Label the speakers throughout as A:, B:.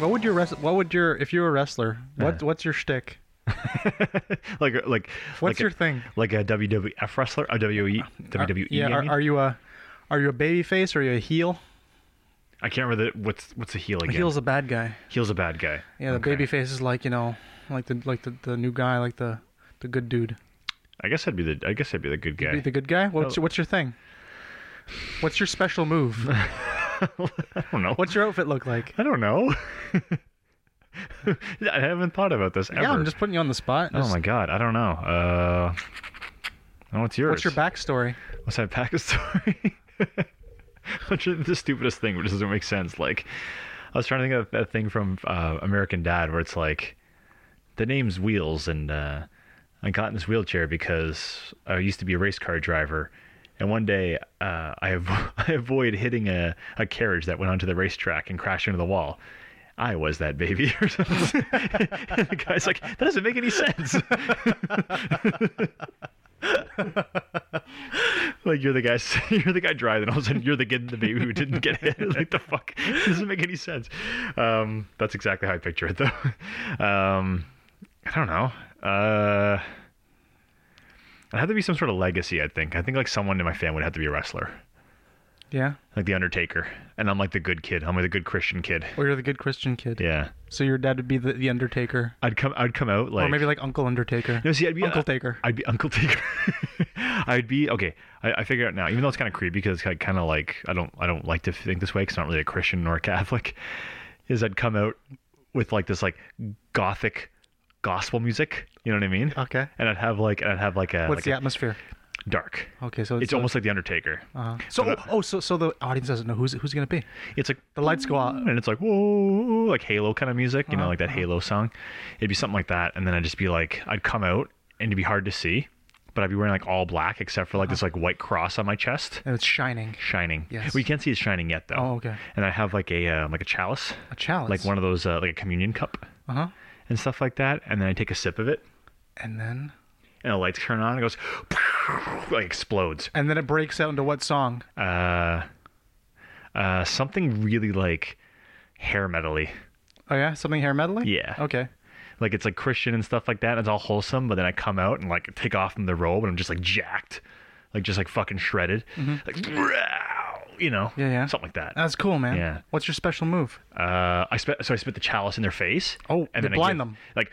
A: what would your wrest- what would your if you were a wrestler what
B: Uh.
A: what's your shtick?
B: like like
A: What's
B: like
A: your
B: a,
A: thing?
B: like a WWF wrestler, a E? WWE
A: Are-
B: WWE.
A: yeah,
B: I,
A: are,
B: mean?
A: are you a are you a baby face or are you a heel?
B: I can't remember the, what's what's a heel
A: A
B: again.
A: heel's a bad guy.
B: Heel's a bad guy.
A: Yeah, the
B: Okay.
A: baby face is like you know like the like the, the new guy like the the good dude.
B: I guess I'd be the I guess I'd be the good
A: Be
B: guy.
A: the good guy. What's
B: Oh.
A: what's your thing? What's your special move?
B: I don't know.
A: What's your outfit look like?
B: I don't know. I haven't thought about this ever.
A: Yeah, I'm just putting you on the spot.
B: oh
A: Just-
B: my god, I don't know. Uh, oh, what's yours?
A: what's your backstory?
B: What's my pack story? Which is the stupidest thing, which doesn't make sense. Like, I was trying to think of that thing from uh, American Dad where it's like, the name's Wheels, and uh, I got in this wheelchair because I used to be a race car driver. And one day, uh, I, avo- I avoid hitting a, a carriage that went onto the racetrack and crashed into the wall. I was that baby or something. and the guy's like, that doesn't make any sense. Like you're the guy, you're the guy driving. All of a sudden, you're the kid, the baby who didn't get hit. Like the fuck, It doesn't make any sense. Um, that's exactly how I picture it, though. Um, I don't know. Uh, it had to be some sort of legacy. I think. I think like someone in my family would have to be a wrestler,
A: Yeah.
B: like the Undertaker, and I'm like the good kid. I'm like the good Christian kid.
A: Well, you're the good Christian kid.
B: Yeah,
A: So your dad would be the, the Undertaker,
B: I'd come. I'd come out like
A: or maybe like Uncle Undertaker.
B: No, see, I'd be
A: Uncle Taker.
B: I'd be Uncle Taker. I'd be okay. I, I figure out now, even though it's kind of creepy because I kind of like I don't I don't like to think this way because I'm not really a Christian nor a Catholic. Is I'd come out with like this like gothic gospel music. You know what I mean?
A: Okay.
B: And I'd have like and I'd have like a
A: What's
B: like
A: the
B: a
A: atmosphere?
B: dark.
A: Okay, so
B: It's almost like the Undertaker.
A: uh So oh,
B: but-
A: oh, so so the audience doesn't know who's who's gonna be.
B: It's like
A: The lights go out.
B: and it's like whoa, like Halo kind of music, you know,
A: Uh-huh,
B: like that
A: uh-huh.
B: Halo song. It'd be something like that, and then I'd just be like, I'd come out, and it'd be hard to see, but I'd be wearing like all black except for like this like white cross on my chest,
A: And it's shining.
B: shining.
A: Uh-huh. Yes.
B: Well, you can't see it's shining yet though.
A: Oh, okay.
B: And I have like a um, like a chalice,
A: A chalice.
B: like one of those uh, like a communion cup
A: Uh huh.
B: and stuff like that, and then I take a sip of it,
A: And then
B: and the lights turn on, and it goes, like explodes.
A: and then it breaks out into what song?
B: Uh, uh, something really like hair metally.
A: Oh yeah, something hair metal.
B: Yeah.
A: Okay.
B: like it's like Christian and stuff like that. And it's all wholesome, but then I come out and like take off from the robe and I'm just like jacked, like just like fucking shredded, like "Wow," you know,
A: Mm-hmm. Yeah, yeah. Uh,
B: something like that.
A: That's cool, man.
B: Yeah.
A: What's your special move?
B: Uh, I spit, so I spit the chalice in their face.
A: Oh,
B: and
A: they
B: then I
A: blind
B: give-
A: them.
B: like,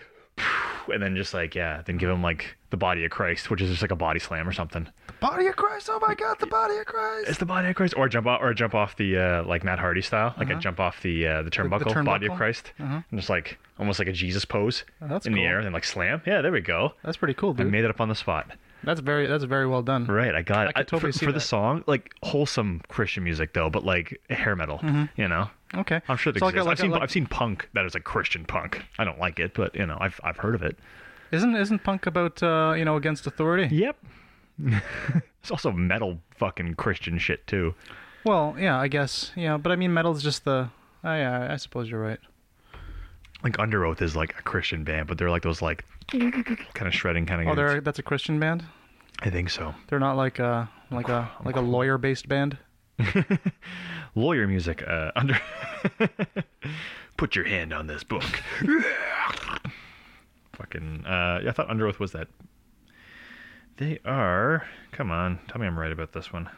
B: and then just like yeah, then give them like the body of Christ, which is just like a body slam or something.
A: The body of Christ. Oh my God, the body of Christ.
B: It's the body of Christ, or jump off, or jump off the uh, like Matt Hardy style, like I jump off the uh, the turnbuckle, body
A: Uh-huh. turnbuckle?
B: of
A: Uh-huh.
B: Christ, and just like almost like a Jesus pose
A: Oh, that's
B: in the
A: cool.
B: air, and then like slam. Yeah, there we go.
A: That's pretty cool,
B: I
A: dude.
B: made it up on the spot.
A: That's very that's very well done.
B: Right, I got it.
A: I could
B: I-
A: totally
B: for,
A: see
B: for
A: that.
B: the song, like wholesome Christian music though, but like hair metal.
A: Mm-hmm.
B: You know,
A: Okay.
B: I'm sure it
A: So like a-
B: exists.
A: like
B: I've
A: a-
B: seen
A: like-
B: I've seen punk that is like Christian punk. I don't like it, but you know, I've I've heard of it.
A: Isn't isn't punk about uh, you know against authority?
B: Yep. it's also metal fucking Christian shit too.
A: Well, yeah, I guess. Yeah, but I mean, metal's just the. I I I suppose you're right.
B: Like Under Oath is like a Christian band, but they're like those like kind of shredding kind of.
A: Oh, they're that's a Christian band.
B: I think so.
A: They're not like a like a like a lawyer based band.
B: Lawyer music. Uh, under. Put your hand on this book. Fucking. Uh, yeah, I thought Under Oath was that. They are. Come on, tell me I'm right about this one.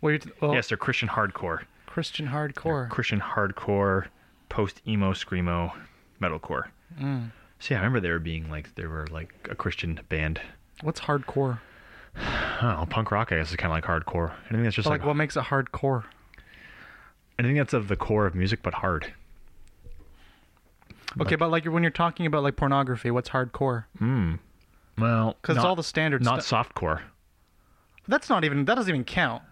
A: Well, you're t- well
B: Yes, they're Christian hardcore.
A: Christian hardcore.
B: Christian hardcore, post emo screamo, metalcore.
A: Mm.
B: See, I remember there being like they were like a Christian band.
A: What's hardcore?
B: I don't know, punk rock I guess is kind of like hardcore. Anything that's just
A: But,
B: like,
A: like, what makes it hardcore?
B: anything that's of the core of music but hard.
A: Okay, but like when you're talking about like pornography, what's hardcore?
B: Well,
A: Because
B: not,
A: it's all the standard
B: not
A: stuff.
B: softcore.
A: That's not even that doesn't even count.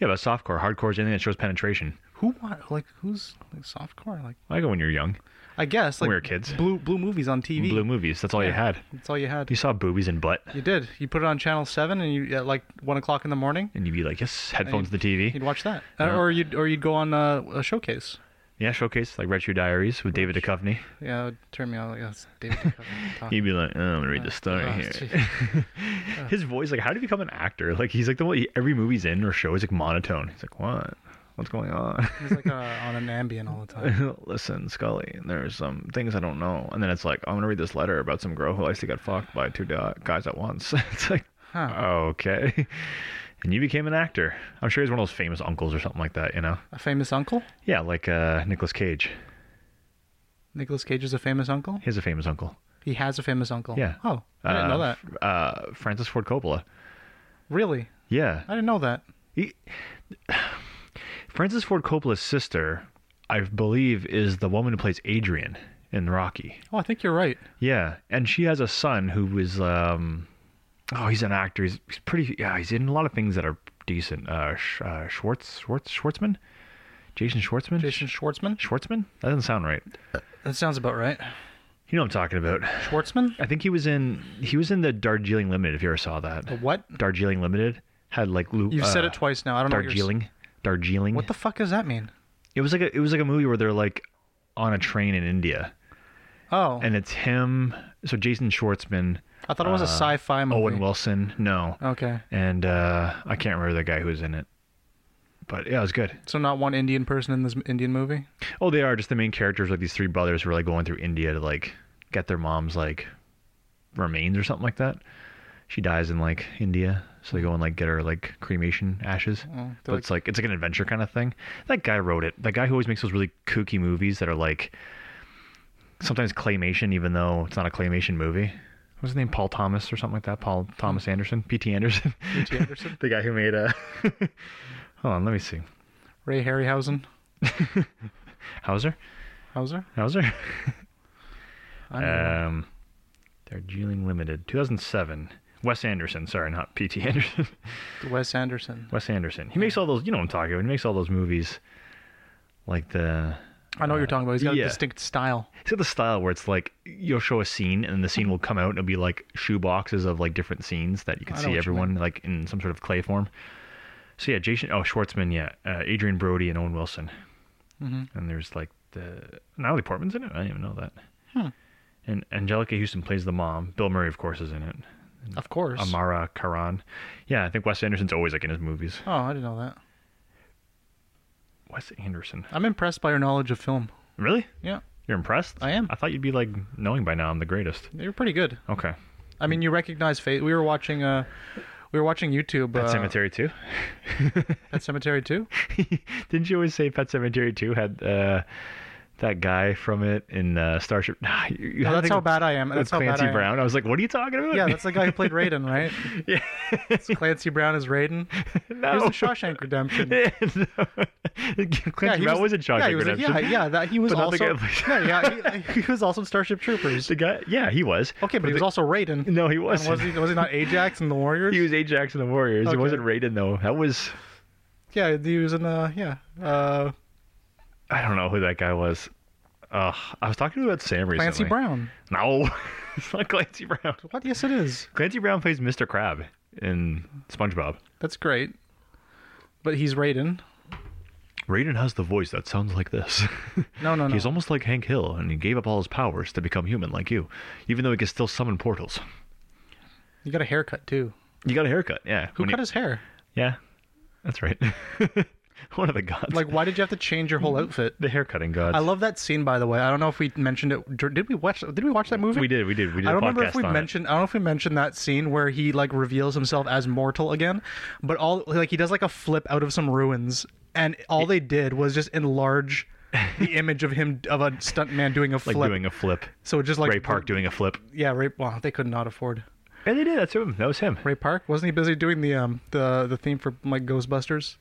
B: Yeah, but softcore, hardcore is anything that shows penetration.
A: Who want like who's like softcore? Like
B: I go when you're young.
A: I guess like
B: we were kids.
A: Blue blue movies on TV.
B: Blue movies. That's all you had.
A: That's all you had.
B: You saw boobies and butt,
A: You did. You put it on channel seven, and you at like one o'clock in the morning,
B: and you'd be like, yes, headphones to
A: you'd-
B: the TV.
A: you'd watch that, Uh,
B: Yeah.
A: or you'd or you'd go on uh, a showcase.
B: Yeah, showcase like Red Shoe Diaries with David Duchovny.
A: Yeah, it would turn me on. Like, that's David Duchovny talking.
B: He'd be like, oh, I'm gonna read the story
A: Oh,
B: here.
A: jeez.
B: His voice, like, how did he become an actor? Like, he's like the one. Every movie's in or show is like monotone. He's like, what? What's going on?
A: He's like uh, on an ambient all the time.
B: Listen, Scully, there's some things I don't know. And then it's like, I'm going to read this letter about some girl who likes to get fucked by two do- guys at once. it's like,
A: Huh.
B: okay. And you became an actor. I'm sure he's one of those famous uncles or something like that, you know?
A: A famous uncle?
B: Yeah, like uh, Nicolas Cage.
A: Nicholas Cage is a famous uncle.
B: He's a famous uncle.
A: He has a famous uncle.
B: Yeah.
A: Oh, I didn't know
B: Uh,
A: that.
B: f- Uh, Francis Ford Coppola.
A: Really?
B: Yeah.
A: I didn't know that.
B: He, Francis Ford Coppola's sister, I believe, is the woman who plays Adrian in Rocky.
A: Oh, I think you're right.
B: Yeah, and she has a son who is um, oh, he's an actor. He's, he's pretty. Yeah, he's in a lot of things that are decent. Uh, Sh- uh Schwartz, Schwartz, Schwartzman, Jason Schwartzman,
A: Jason Schwartzman.
B: Schwartzman. That doesn't sound right.
A: That sounds about right.
B: You know what I'm talking about.
A: Schwartzman.
B: I think he was in he was in the Darjeeling Limited. If you ever saw that,
A: The what?
B: Darjeeling Limited had like Lou.
A: You've said
B: uh,
A: it twice now. I don't know. What, you're... s-
B: Darjeeling. Darjeeling.
A: what the fuck does that mean?
B: It was like a it was like a movie where they're like on a train in India,
A: Oh,
B: and it's him. So Jason Schwartzman,
A: I thought it was a sci-fi movie.
B: uh, Owen Wilson, no,
A: Okay,
B: and uh, I can't remember the guy who was in it, but yeah, it was good.
A: so not one Indian person in this m- Indian movie.
B: Oh, they are just the main characters, like these three brothers who are like going through India to like get their mom's like remains or something like that. She dies in like India, so they go and like get her like cremation ashes.
A: Mm, they're
B: but it's like it's like an adventure kind of thing. That guy wrote it. That guy who always makes those really kooky movies that are like sometimes claymation, even though it's not a claymation movie. What was his name? Paul Thomas or something like that. Paul Thomas Anderson, P.T. Anderson,
A: P.T. Hmm. Anderson?
B: the guy who made uh Hold on, let me see.
A: Ray Harryhausen.
B: Hauser.
A: Hauser.
B: Hauser.
A: I don't know.
B: Um, Darjeeling Limited, 2007. Wes Anderson, sorry, not P.T. Anderson.
A: Wes Anderson.
B: Wes Anderson. He makes all those, you know what I'm talking about. He makes all those movies like the.
A: I know what you're talking about. He's got
B: yeah.
A: a distinct style.
B: He's got the style where it's like you'll show a scene and the scene will come out and it'll be like shoe boxes of like different scenes that you can
A: I know
B: see
A: what you
B: everyone like in some sort of clay form. So yeah, Jason, oh, Schwartzman, yeah, uh, Adrian Brody and Owen Wilson.
A: Mhm.
B: And there's like the. Natalie Portman's in it? I didn't even know that.
A: Hmm.
B: And Angelica Houston plays the mom. Bill Murray, of course, is in it.
A: Of course.
B: Amara Karan. Yeah, I think Wes Anderson's always like in his movies.
A: oh, I didn't know that.
B: Wes Anderson.
A: I'm impressed by your knowledge of film.
B: Really?
A: Yeah,
B: You're impressed?
A: I am.
B: I thought you'd be like knowing by now I'm the greatest.
A: you're pretty good.
B: Okay.
A: I mean, you recognize face. We were watching. Uh, we were watching YouTube.
B: Pet
A: uh,
B: Cemetery 2?
A: Pet Cemetery too.
B: Didn't you always say Pet Cemetery 2 had uh, that guy from it in uh, Starship? Nah, you, you
A: No, that's
B: had to think
A: how
B: of-
A: bad I am.
B: With
A: That's how bad
B: Clancy
A: I am.
B: Brown. I was like, what are you talking about?
A: Yeah, that's the guy who played Raiden, right?
B: Yeah.
A: It's Clancy Brown is Raiden.
B: no.
A: He was in Shawshank Redemption.
B: Clancy Brown uh, was in Shawshank
A: yeah, he was
B: Redemption.
A: Yeah, yeah, that he was
B: But not the
A: also.
B: guy who
A: yeah, yeah, he, he was also in Starship Troopers.
B: The guy, yeah, he was.
A: Okay, but he
B: the-
A: was also Raiden.
B: No, he
A: And
B: wasn't.
A: was he was he not Ajax in the Warriors?
B: He was Ajax in the Warriors. He
A: Okay.
B: wasn't Raiden though. That was
A: yeah, he was in uh yeah uh
B: I don't know who that guy was. Uh, I was talking about Sam recently.
A: Clancy Brown.
B: No, it's not Clancy Brown.
A: What? Yes, it is.
B: Clancy Brown plays Mr. Crab in SpongeBob.
A: That's great. But he's Raiden.
B: Raiden has the voice that sounds like this.
A: No, no, no.
B: He's almost like Hank Hill, and he gave up all his powers to become human like you, even though he can still summon portals.
A: you got a haircut too.
B: You got a haircut, yeah.
A: Who
B: When
A: cut
B: you-
A: his hair?
B: Yeah, that's right. One of the gods,
A: Like, why did you have to change your whole outfit?
B: the haircutting gods.
A: I love that scene, by the way. I don't know if we mentioned it. dur- Did we watch? Did we watch that movie?
B: We did, we did, we did.
A: I
B: a
A: don't remember if
B: podcast
A: we
B: on it.
A: mentioned. I don't know if we mentioned that scene where he like reveals himself as mortal again, but all like he does like a flip out of some ruins, and all they did was just enlarge the image of him of a stuntman doing a flip.
B: like doing a flip.
A: so it just like
B: Ray Park doing a flip.
A: Yeah, Ray. Well, they could not afford
B: And they did. That's him. That was him.
A: Ray Park. Wasn't he busy doing the um the the theme for like Ghostbusters?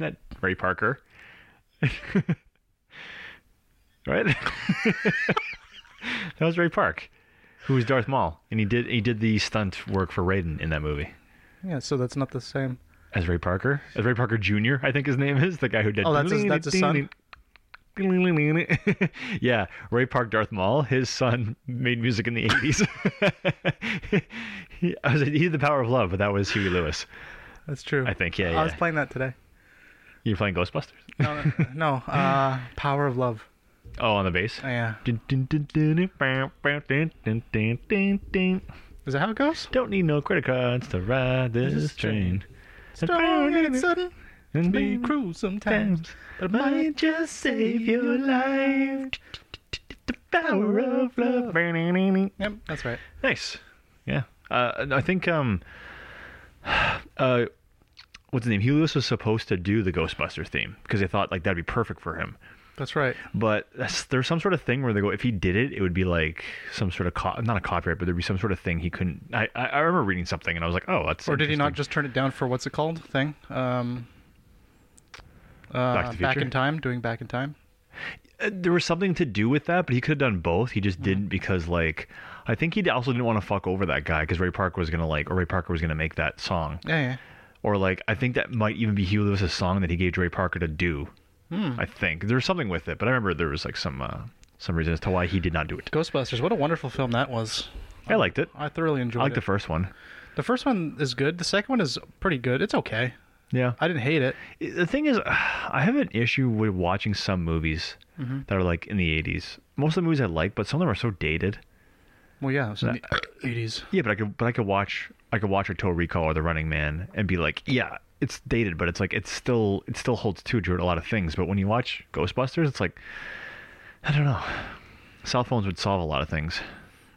B: Not Ray Parker. right? that was Ray Park, who was Darth Maul, and he did he did the stunt work for Raiden in that movie
A: Yeah. So that's not the same.
B: as Ray Parker, as Ray Parker Jr. I think his name is the guy who did.
A: Oh, that's his- that's his son?
B: yeah, Ray Park, Darth Maul. His son made music in the eighties. he, I was he did the Power of Love, but that was Huey Lewis.
A: That's true.
B: I think. Yeah,
A: I was
B: yeah.
A: playing that today.
B: You're playing Ghostbusters.
A: No, no, no uh, Power of Love.
B: Oh, on the bass.
A: Yeah.
B: Don't
A: Is that how it goes?
B: need no credit cards to ride this
A: This
B: train.
A: Strong and sudden.
B: and
A: Be cruel sometimes.
B: But might just save your life. The power of love.
A: Yep, that's right.
B: Nice. Yeah. Uh, and I think um uh what's the name? Helios was supposed to do the Ghostbuster theme because they thought like that'd be perfect for him.
A: That's right.
B: But that's, there's some sort of thing where they go if he did it, it would be like some sort of co- not a copyright, but there'd be some sort of thing he couldn't. I I I remember reading something and I was like, oh, that's
A: Or did he not
B: interesting.
A: just turn it down for what's it called thing? Um, uh,
B: Back to the
A: back
B: Future?
A: in time, doing back in time.
B: Uh, there was something to do with that, but he could have done both. He just didn't because like I think he also didn't want to fuck over that guy because Ray Parker was gonna like or Ray Parker was gonna make that song.
A: Yeah, yeah.
B: or like I think that might even be Hugh Lewis's song that he gave Dre Parker to do. I think there's something with it, but I remember there was like some uh, some reason as to why he did not do it.
A: Ghostbusters. What a wonderful film that was.
B: I liked it.
A: I thoroughly enjoyed
B: I liked
A: it.
B: the first one.
A: the first one is good. The second one is pretty good. It's okay.
B: Yeah.
A: I didn't hate it.
B: the thing is, I have an issue with watching some movies that are like in the 80s. Most of the movies I like, but some of them are so dated.
A: Well, yeah, it was in the 80s.
B: Yeah, but I could but I could watch I could watch a Total Recall or The Running Man and be like, yeah, it's dated, but it's like it's still it still holds true to a lot of things. But when you watch Ghostbusters, it's like I don't know. Cell phones would solve a lot of things,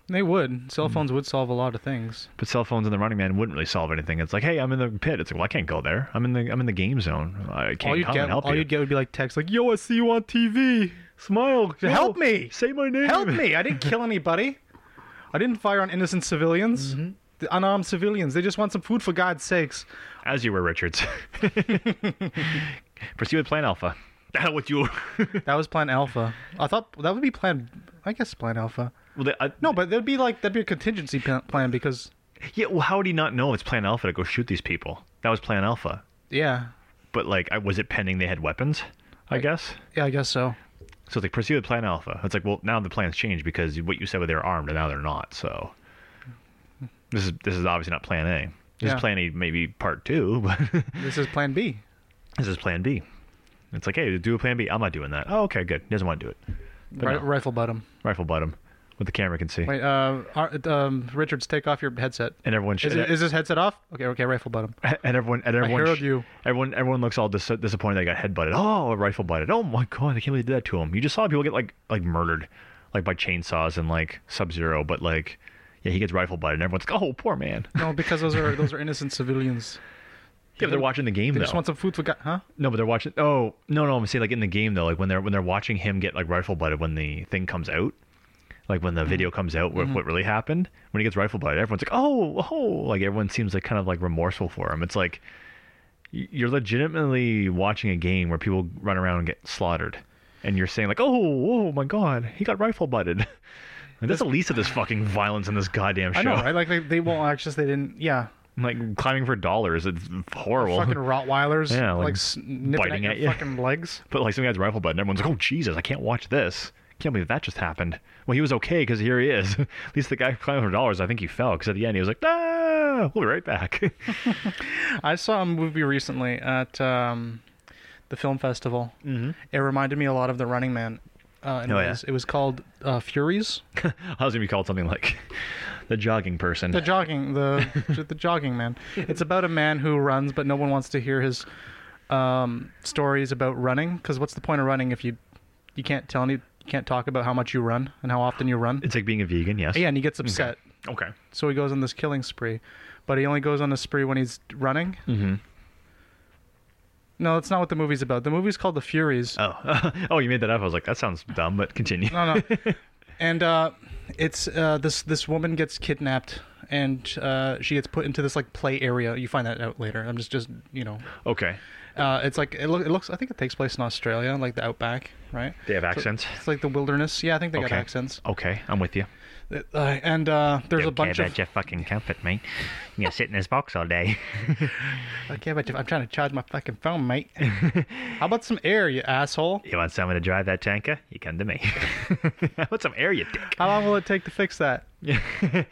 A: They would. Cell phones would solve a lot of things.
B: but cell phones and The Running Man wouldn't really solve anything. It's like, hey, I'm in the pit. It's like, well, I can't go there. I'm in the I'm in the game zone. I
A: all
B: can't
A: you'd
B: come
A: get,
B: and help
A: all
B: you.
A: would get would be like text, like, "Yo, I see you on TV.
B: Smile.
A: Help me!
B: Say my name.
A: Help me! I didn't kill anybody. I didn't fire on innocent civilians, the unarmed civilians. They just want some food, for God's sakes."
B: As you were, Richards. Proceed with Plan Alpha. That what you.
A: That was Plan Alpha. I thought that would be Plan. I guess Plan Alpha.
B: well, uh, they, I,
A: No, but there'd be like that'd be a contingency pla- plan because
B: Yeah, well, how would he not know it's Plan Alpha to go shoot these people? That was Plan Alpha.
A: yeah,
B: But, like, I, was it pending they had weapons? I guess.
A: yeah, I guess so.
B: So it's like, pursue the Plan Alpha. It's like, well, now the plan's changed because what you said, well, they're armed, and now they're not, so. This is this is obviously not Plan A. This
A: Yeah.
B: is Plan A, maybe part two, but
A: This is Plan B.
B: this is Plan B. It's like, hey, do a Plan B. I'm not doing that. Oh, okay, good. He doesn't want to do it.
A: Ri-
B: no.
A: Rifle butt him.
B: Rifle butt him, what the camera can see,
A: Wait, uh, Ar- um, Richards, take off your headset.
B: and everyone should.
A: Is, it, is this headset off? Okay, okay, rifle butt him.
B: and everyone and everyone
A: heard you.
B: everyone everyone looks all dis- disappointed they got headbutted. Oh, a rifle butted. Oh my god, I can't believe they did that to him. You just saw people get like like murdered, like by chainsaws and like Sub Zero, but like yeah, he gets rifle butted, and everyone's like, oh, poor man.
A: No, because those are those are innocent civilians.
B: Yeah, but they're watching the game
A: They
B: though.
A: just want some food for God, huh?
B: No, but they're watching. Oh no, no, I'm saying like in the game though, like when they're when they're watching him get like rifle butted when the thing comes out, like when the
A: Mm-hmm.
B: video comes out, what, what really happened when he gets rifle butted, everyone's like, oh, oh, like everyone seems like kind of like remorseful for him. It's like y- you're legitimately watching a game where people run around and get slaughtered, and you're saying like, oh, oh my god, he got rifle butted. Like, that's the least of this fucking violence in this goddamn show.
A: I know, right? Like they, they won't actually. They didn't. Yeah,
B: Like climbing for dollars, it's horrible.
A: fucking Rottweilers.
B: Yeah,
A: like,
B: like,
A: s- nipping
B: biting
A: at,
B: at
A: your
B: you.
A: fucking legs.
B: But like some guy's rifle button, everyone's like, "Oh Jesus, I can't watch this. Can't believe that just happened." Well, he was okay because here he is. at least the guy climbing for dollars, I think he fell because at the end he was like, "Ah, we'll be right back."
A: I saw a movie recently at um, the film festival. Mm-hmm. It reminded me a lot of The Running Man. Uh, in
B: Oh, yeah.
A: ways. It was called uh, Furies.
B: I was gonna be called something like the jogging person.
A: The jogging, the the jogging man. It's about a man who runs, but no one wants to hear his um, stories about running. Because what's the point of running if you you can't tell any, you can't talk about how much you run and how often you run?
B: it's like being a vegan, yes.
A: Yeah, and he gets upset.
B: Okay.
A: So he goes on this killing spree, but he only goes on a spree when he's running.
B: Mm-hmm.
A: No, that's not what the movie's about. The movie's called The Furies.
B: Oh, oh, you made that up. I was like, that sounds dumb, but continue.
A: No, no. and uh, it's uh, this this woman gets kidnapped, and uh, she gets put into this like play area. You find that out later. I'm just just you know,
B: Okay.
A: uh, it's like it, loo- it looks. I think it takes place in Australia, like the outback, right?
B: They have accents.
A: It's like the wilderness. Yeah, I think they got
B: Okay. Oh.
A: accents.
B: Okay, I'm with you.
A: Uh, and uh, there's a bunch of.
B: your fucking comfort, mate. You're gonna sit in this box all day.
A: Okay, but I'm trying to charge my fucking phone, mate. How about some air, you asshole?
B: You want someone to drive that tanker? You come to me. I want some air, you dick.
A: How long will it take to fix that?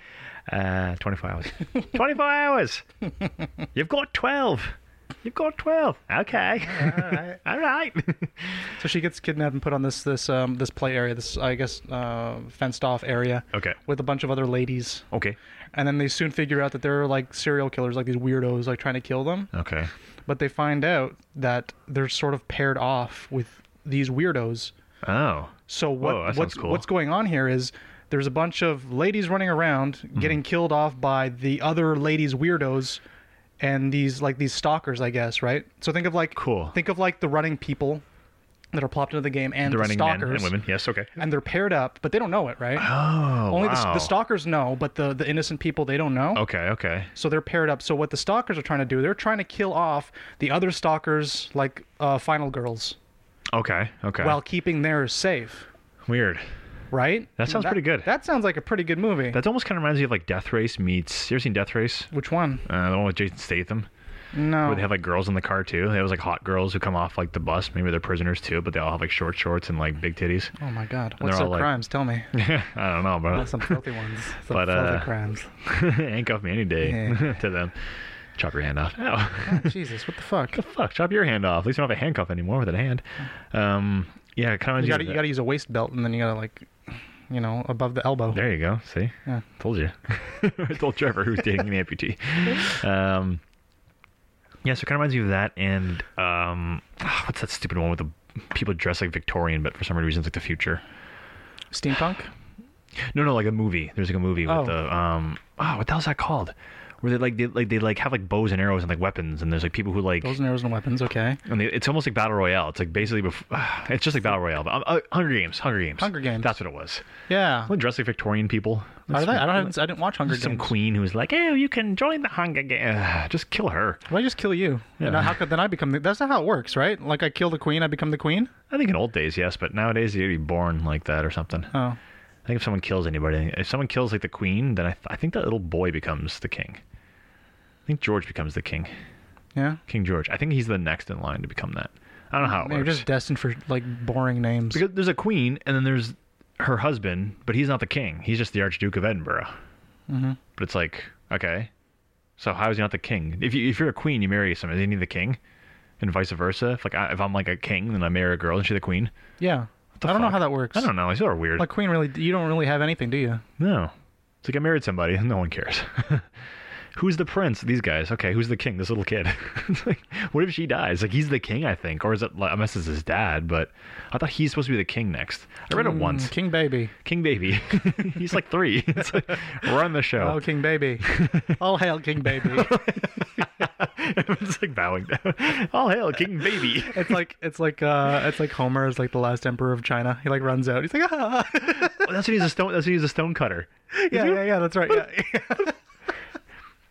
B: Uh, 24 hours. 24 hours! You've got 12! You've got 12! Okay.
A: right.
B: All right.
A: So she gets kidnapped and put on this this um this play area, this I guess uh, fenced off area.
B: Okay.
A: With a bunch of other ladies,
B: okay.
A: and then they soon figure out that there are like serial killers, like these weirdos, like trying to kill them.
B: Okay.
A: But they find out that they're sort of paired off with these weirdos.
B: Oh.
A: So what
B: Whoa, that sounds
A: what's
B: cool.
A: what's going on here is there's a bunch of ladies running around
B: Mm-hmm.
A: getting killed off by the other ladies weirdos and these like these stalkers, I guess, right? So think of like
B: Cool.
A: think of like the running people that are plopped into the game and
B: The
A: the,
B: running
A: stalkers
B: men and women. Yes. Okay.
A: and they're paired up, but they don't know it, right?
B: Oh.
A: Only the,
B: wow.
A: the stalkers know, but the, the innocent people they don't know.
B: Okay. Okay.
A: So they're paired up. So what the stalkers are trying to do, they're trying to kill off the other stalkers, like uh, final girls,
B: Okay. Okay.
A: while keeping theirs safe.
B: weird.
A: Right?
B: That sounds pretty good.
A: That sounds like a pretty good movie.
B: That almost kind of reminds me of like Death Race meets. You ever seen Death Race?
A: Which one?
B: Uh, the one with Jason Statham,
A: No.
B: where they have like girls in the car too. They have like hot girls who come off like the bus. Maybe they're prisoners too, but they all have like short shorts and like big titties.
A: oh my God! What's
B: they're
A: their
B: all like-
A: crimes? Tell me.
B: I don't know, bro.
A: Some filthy ones. Some
B: But,
A: filthy
B: uh,
A: crimes.
B: Handcuff me any day
A: Yeah.
B: to them. Chop your hand off. Ow.
A: Oh, Jesus, what the fuck?
B: the fuck? Chop your hand off. At least I don't have a handcuff anymore with a hand. Um, yeah, it kind of
A: You gotta, you gotta use a waist belt, and then you gotta like, you know, above the elbow.
B: There you go. See,
A: Yeah.
B: told you. I told Trevor who's dating an amputee. Um, yeah, so it kind of reminds me of that. And um, ah, what's that stupid one with the people dressed like Victorian, but for some reason it's like the future?
A: Steampunk.
B: No, no, like a movie. There's like a movie
A: Oh.
B: with the um, oh, what the hell's that called? Where they like they like they like have like bows and arrows and like weapons, and there's like people who like
A: Those and arrows and weapons. Okay.
B: And they, it's almost like battle royale. It's like basically, bef- it's just like battle royale. But, uh, uh, Hunger Games, Hunger Games,
A: Hunger Games.
B: That's what it was.
A: Yeah.
B: Well, dressed like Victorian people.
A: Are they? I don't. have- I didn't watch Hunger
B: Some
A: Games.
B: queen who's like, "Oh, you can join the Hunger Games." Just kill her.
A: Why just kill you?
B: Yeah.
A: And how could then I become? The, that's not how it works, right? Like I kill the queen, I become the queen.
B: I think in old days, yes, but nowadays you'd be born like that or something. I
A: Oh,
B: think if someone kills anybody, if someone kills like the queen, then I, th- I think that little boy becomes the king. I think George becomes the king.
A: yeah.
B: King George. I think he's the next in line to become that. I don't know how it
A: They're
B: works.
A: just destined for like boring names.
B: Because there's a queen, and then there's her husband, but he's not the king. He's just the Archduke of Edinburgh.
A: Mm-hmm.
B: But it's like, okay, so how is he not the king? If you if you're a queen, you marry somebody, isn't he the king? And vice versa. If like I, if I'm like a king, then I marry a girl, and she's the queen.
A: yeah. I don't know
B: fuck?
A: how that works.
B: I don't know. It's sort of weird.
A: Like queen, really? You don't really have anything, do you?
B: no, it's like I married somebody, and no one cares. who's the prince? These guys. Okay, who's the king? This little kid. It's like, what if she dies? Like he's the king, I think, or is it? Like, unless it's his dad, but I thought he's supposed to be the king next. I read it
A: Mm,
B: once.
A: King baby.
B: King Baby. He's like three. It's like, run the
A: Oh,
B: show.
A: King baby. All hail King baby.
B: it's like bowing down. All hail King Baby.
A: It's like it's like uh it's like Homer is like the last emperor of China. He like runs out. He's like ah.
B: Oh, that's when he's a stone. That's when he's a stone cutter.
A: yeah yeah yeah that's right yeah.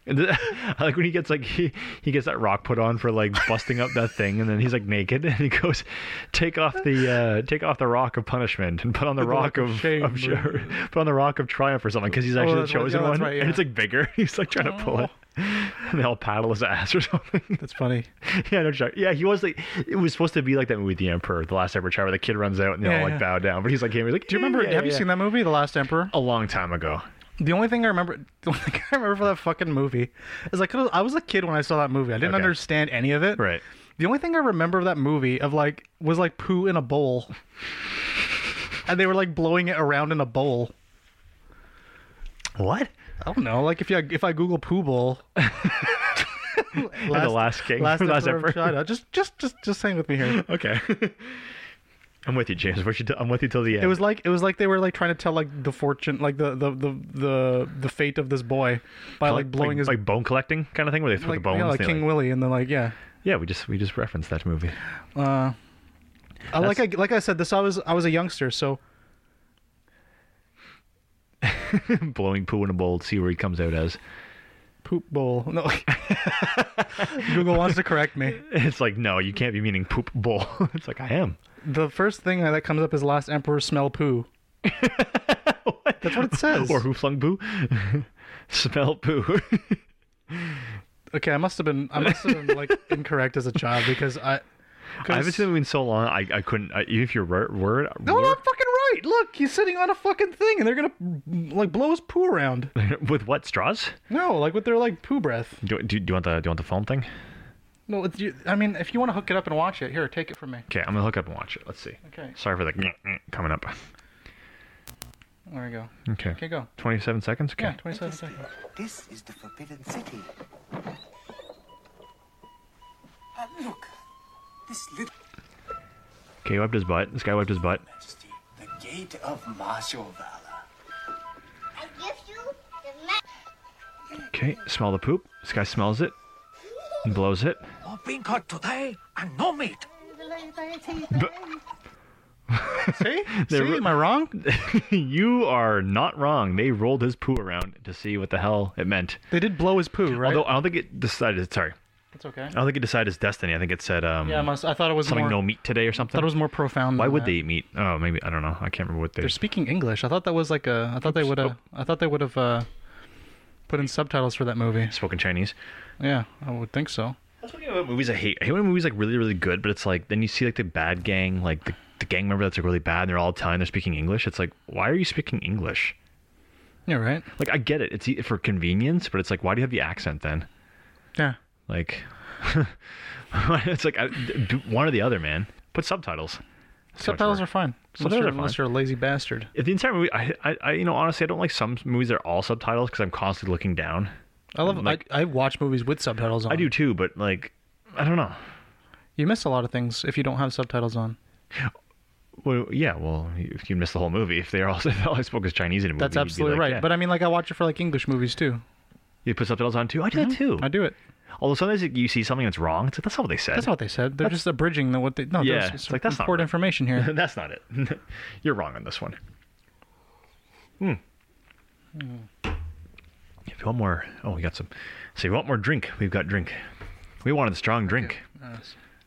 B: And the- I like when he gets like he, he gets that rock put on for like busting up that thing, and then he's like naked, and he goes, take off the uh, take off the rock of punishment, and put on the, rock, of, shame, of sh- put on the rock of triumph or something, because he's actually
A: Oh,
B: the
A: that's right. Yeah,
B: chosen
A: that's
B: one,
A: right,
B: and
A: yeah. Oh.
B: it's like bigger. He's like trying to pull it, and they'll paddle his ass or something.
A: That's funny.
B: Yeah, no joke. Yeah, he was like it was supposed to be like that movie The Emperor, the last Emperor Chai, where the kid runs out and they
A: Yeah,
B: all like
A: yeah.
B: bow down. But he's like, yeah, he's like,
A: Do you remember? have you seen that movie, The Last Emperor?
B: a long time ago?
A: The only thing I remember, the only thing I remember for that fucking movie is I could I was a kid when I saw that movie. I didn't
B: Okay.
A: understand any of it.
B: Right.
A: The only thing I remember of that movie of like was like poo in a bowl, and they were like blowing it around in a bowl.
B: What?
A: I don't know. Like if you if I Google poo bowl,
B: the last king,
A: last,
B: last
A: emperor,
B: emperor.
A: of China. Just just just just hang with me here.
B: Okay. I'm with you, James. What you t- I'm with you till the end.
A: It was like it was like they were like trying to tell like the fortune, like the the the the, the fate of this boy by like, blowing
B: like,
A: his
B: like bone collecting kind of thing where they throw
A: like,
B: the bones.
A: yeah, like
B: they,
A: King
B: like-
A: Willie, and then like yeah.
B: yeah, we just we just referenced that movie.
A: Uh, I, like I
B: That's-
A: like I said, this I was I was a youngster, so
B: Blowing poo in a bowl, see where he comes out as.
A: poop bowl. No, Google wants to correct me.
B: It's like no, you can't be meaning poop bowl. it's like I am.
A: The first thing that comes up is last emperor smell poo. That's what it says.
B: Or who flung poo? Smell poo.
A: Okay, I must have been I must have been like incorrect as a child because I.
B: I haven't seen them in so long. I, I couldn't. I, even if you're word, word
A: No, no, I'm fucking right. Look, he's sitting on a fucking thing, and they're gonna like blow his poo around.
B: with what straws?
A: No, like with their like poo breath.
B: Do, do, do you want the do you want the phone thing?
A: No, it's, you, I mean, if you want to hook it up and watch it, here, take it from me.
B: Okay, I'm gonna hook up and watch it. Let's see.
A: Okay.
B: Sorry for the coming up.
A: There we go.
B: Okay.
A: Okay, go.
B: 27 seconds? Okay.
A: Yeah, 27 seconds.
C: This is the Forbidden City. Uh, look, this little
B: Okay, he wiped his butt. This guy wiped his butt.
C: majesty, the gate of martial valor.
D: I give you the ma-
B: Okay, smell the poop. This guy smells it and blows it.
C: Oh, being caught today and no meat.
A: See?
B: They
A: See?
B: wrote-
A: Am I wrong?
B: you are not wrong. They rolled his poo around to see what the hell it meant.
A: They did blow his poo, right?
B: Although I don't think it decided. Sorry,
A: That's okay.
B: I don't think it decided his destiny. I think it said um,
A: Yeah, I, must, I thought it was
B: something
A: more,
B: no meat today or something.
A: thought it was more profound.
B: Why
A: than
B: would
A: that.
B: they eat meat? Oh, maybe I don't know. I can't remember what they.
A: They're speaking English. I thought that was like a. I thought they would have.
B: Oh.
A: I thought they would have uh, put in subtitles for that movie.
B: spoken Chinese.
A: Yeah, I would think so.
B: That's what about movies I hate. I hate when movies like really really good, but it's like then you see like the bad gang, like the, the gang member that's like really bad, and they're all Italian. They're speaking English. It's like why are you speaking English?
A: You're right.
B: Like I get it. It's e- for convenience, but it's like why do you have the accent then?
A: Yeah.
B: Like it's like I, do one or the other, man. Put subtitles. So much
A: Subtitles
B: more-
A: are fine.
B: Subtitles
A: unless, you're,
B: are
A: unless
B: fine.
A: you're a lazy bastard.
B: If the entire movie, I, I, I, you know, honestly, I don't like some movies that are all subtitles because I'm constantly looking down.
A: I love.
B: Like-
A: I, I watch movies with subtitles on.
B: I do too, but like, I don't know.
A: You miss a lot of things if you don't have subtitles on.
B: Well, yeah, well, you, you miss the whole movie if they're all if all I spoke is Chinese in a movie.
A: That's
B: you'd be
A: absolutely
B: like,
A: right.
B: yeah.
A: But I mean, like I watch it for like English movies too.
B: you put subtitles on too. I do that too.
A: Mm-hmm. I do it.
B: Although sometimes you see something that's wrong, it's like that's not what they said.
A: That's not what they said. They're just abridging the what they. No,
B: Yeah,
A: there's
B: it's
A: it's
B: like, that's not
A: important
B: right.
A: information here.
B: that's not it. You're wrong on this one. Hmm. If you want more, oh, we got some. So if you want more drink, we've got drink. We wanted a strong drink.
A: Uh,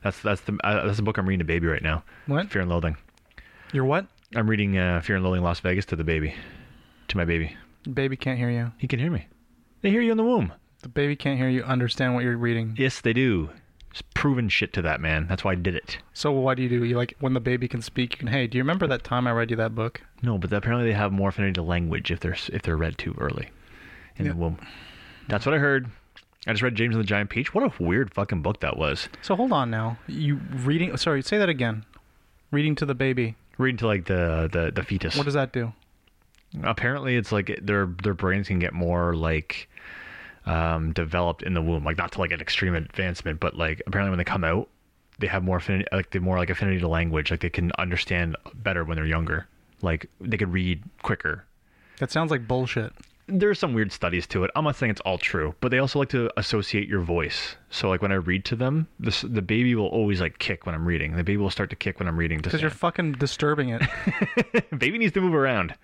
B: That's that's the uh, that's the book I'm reading to baby right now.
A: What?
B: Fear and Loathing.
A: You're what?
B: I'm reading uh, Fear and Loathing Las Vegas to the baby, to my baby.
A: Baby can't hear you.
B: He can hear me. They hear you in the womb.
A: The baby can't hear you. Understand what you're reading.
B: Yes, they do. It's proven shit to that man. That's why I did it.
A: So why do you do you like when the baby can speak? You can hey, do you remember that time I read you that book?
B: No, but apparently they have more affinity to language if they're if they're read too early in
A: Yeah.
B: the womb. That's what I heard. I just read James and the Giant Peach. What a weird fucking book that was.
A: So hold on now. You reading? Sorry, say that again. Reading to the baby.
B: Reading to like the the, the fetus.
A: What does that do?
B: Apparently, it's like their their brains can get more like um, developed in the womb, like not to like an extreme advancement, but like apparently when they come out, they have more affinity, like they more like affinity to language, like they can understand better when they're younger, like they could read quicker
A: That sounds like bullshit.
B: there's some weird studies to it. I'm not saying it's all true, but they also like to associate your voice. So like when I read to them, this the baby will always like kick when I'm reading. The baby will start to kick when I'm reading. To
A: Because you're
B: Sam.
A: fucking disturbing it.
B: baby needs to move around.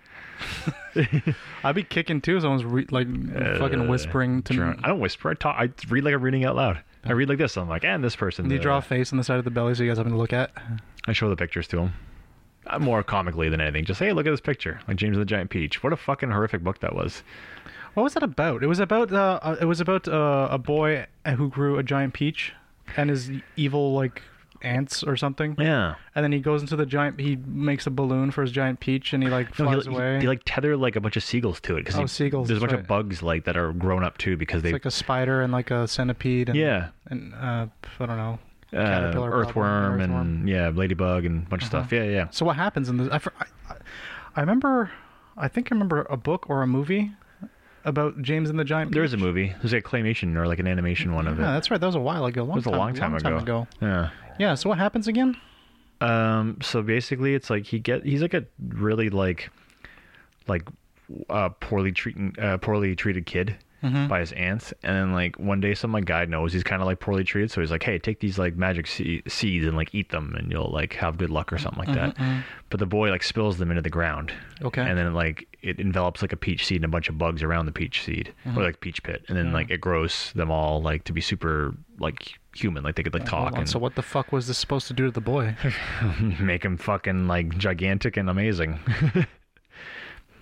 A: I'd be kicking too. if Someone's re- like
B: Uh,
A: fucking whispering to
B: Sure.
A: me.
B: I don't whisper. I talk. I read like I'm reading out loud. I read like this. I'm like, and this person.
A: Do you
B: uh,
A: draw a face on the side of the belly so you guys have to look at?
B: I show the pictures to him. Uh, More comically than anything, just hey, look at this picture, like James and the Giant Peach. What a fucking horrific book that was.
A: What was that about? It was about uh, uh, it was about uh, a boy who grew a giant peach, and his evil like ants or something.
B: Yeah,
A: And then he goes into the giant. He makes a balloon for his giant peach, and he like
B: No,
A: flies
B: he, he-
A: away.
B: They like tether like a bunch of seagulls to it because
A: Oh, seagulls,
B: There's a
A: that's
B: bunch of
A: right.
B: bugs like that are grown up too because they
A: It's like a spider and like a centipede and
B: Yeah.
A: and uh, I don't know
B: uh,
A: caterpillar probably,
B: earthworm,
A: earthworm. Uh-huh.
B: and yeah, ladybug and a bunch of stuff. Yeah, yeah.
A: So what happens in this? I, fr- I, I- I remember, I think I remember a book or a movie about James and the Giant.
B: There is a
A: Peach.
B: movie. There's like a claymation or like an animation one of it.
A: Yeah, that's right. That was a while ago. Long
B: it was a
A: time,
B: long time,
A: time
B: ago. Yeah.
A: Yeah. So what happens again?
B: Um. So basically, it's like he get he's like a really like like uh poorly treating uh poorly treated kid.
A: Mm-hmm.
B: By his aunts, and then like one day, some like guy knows he's kind of like poorly treated, so he's like, "Hey, take these like magic se- seeds and like eat them, and you'll like have good luck or something like that." But the boy like spills them into the ground,
A: Mm-hmm, Okay.
B: and then like it envelops like a peach seed and a bunch of bugs around the peach seed
A: Mm-hmm.
B: or like peach pit, and then like it grows them all like to be super like human, like they could like
A: Hold
B: talk
A: on,
B: and
A: So what the fuck was this supposed to do to the boy?
B: make him fucking like gigantic and amazing.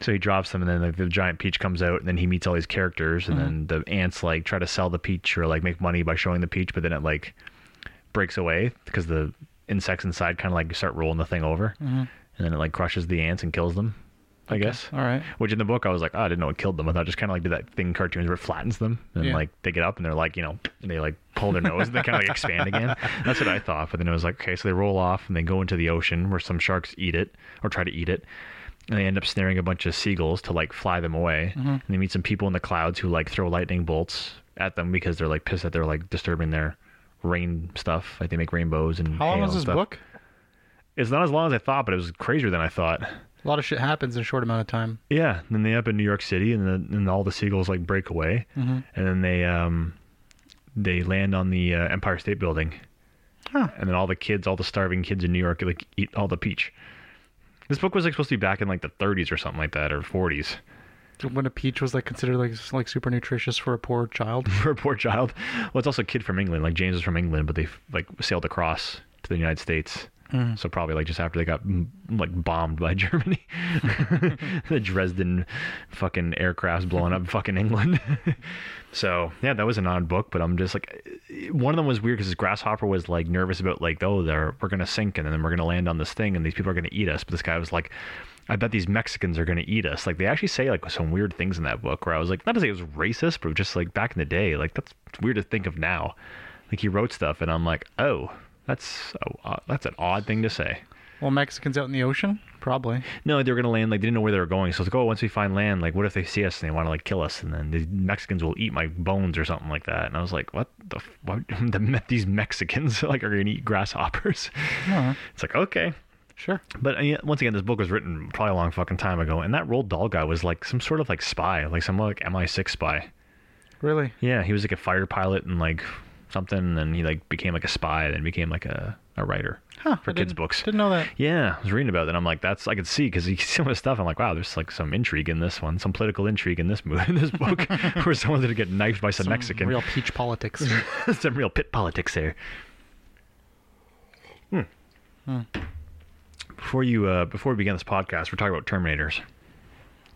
B: so he drops them, and then like, the giant peach comes out, and then he meets all these characters, and then the ants like try to sell the peach or like make money by showing the peach, but then it like breaks away because the insects inside kind of like start rolling the thing over, and then it like crushes the ants and kills them. I guess.
A: All right.
B: Which in the book I was like, oh, I didn't know it killed them. I thought it just kind of like did that thing in cartoons where it flattens them and
A: Yeah.
B: like they get up and they're like, you know, and they like pull their nose and they kind of like expand again. That's what I thought. But then it was like, okay, so they roll off and they go into the ocean where some sharks eat it or try to eat it. and they end up snaring a bunch of seagulls to like fly them away.
A: Mm-hmm.
B: And they meet some people in the clouds who like throw lightning bolts at them because they're like pissed that they're like disturbing their rain stuff. Like they make rainbows and
A: How long
B: hail
A: was
B: and
A: this
B: stuff.
A: book?
B: It's not as long as I thought, but it was crazier than I thought.
A: A lot of shit happens in a short amount of time.
B: Yeah, and then they end up in New York City, and then and all the seagulls like break away, and then they um they land on the uh, Empire State Building,
A: Huh.
B: and then all the kids, all the starving kids in New York, like eat all the peach. This book was like supposed to be back in like the 30s or something like that, or 40s
A: When a peach was like considered like s- like super nutritious for a poor child.
B: for a poor child. Well, it's also a kid from England. Like James was from England, but they like sailed across to the United States. So probably like just after they got mm, like bombed by Germany, the Dresden fucking aircrafts blowing up fucking England. so yeah, that was an odd book, but I'm just like, one of them was weird because this grasshopper was like nervous about like, oh, they're we're gonna sink and then we're gonna land on this thing and these people are gonna eat us. But this guy was like, I bet these Mexicans are gonna eat us. Like they actually say like some weird things in that book where I was like, not to say it was racist, but just like back in the day, like that's weird to think of now. Like he wrote stuff and I'm like, oh, that's oh, that's an odd thing to say.
A: Well, Mexicans out in the ocean, probably.
B: No, they were gonna land. Like they didn't know where they were going. So it's like, oh, once we find land, like what if they see us and they want to like kill us, and then the Mexicans will eat my bones or something like that. And I was like, what the? F- why would- the, Me- these Mexicans like are gonna eat grasshoppers? It's like okay,
A: Sure.
B: but uh, yeah, once again, this book was written probably a long fucking time ago, and that Roald Dahl guy was like some sort of like spy, like some like MI6 spy.
A: Really?
B: Yeah, he was like a fighter pilot and like something, and then he like became like a spy, then became like a a writer
A: Huh,
B: for
A: I
B: kids
A: didn't-
B: books.
A: Didn't know that.
B: Yeah, I was reading about it. And I'm like, that's I could see because you see some of the stuff. I'm like, wow, there's like some intrigue in this one, some political intrigue in this movie, in this book, where someone's gonna get knifed by some, Mexican.
A: Real peach politics.
B: some real pit politics there.
A: Hmm.
B: Hmm. Before you, uh, before we began this podcast, we're talking about Terminators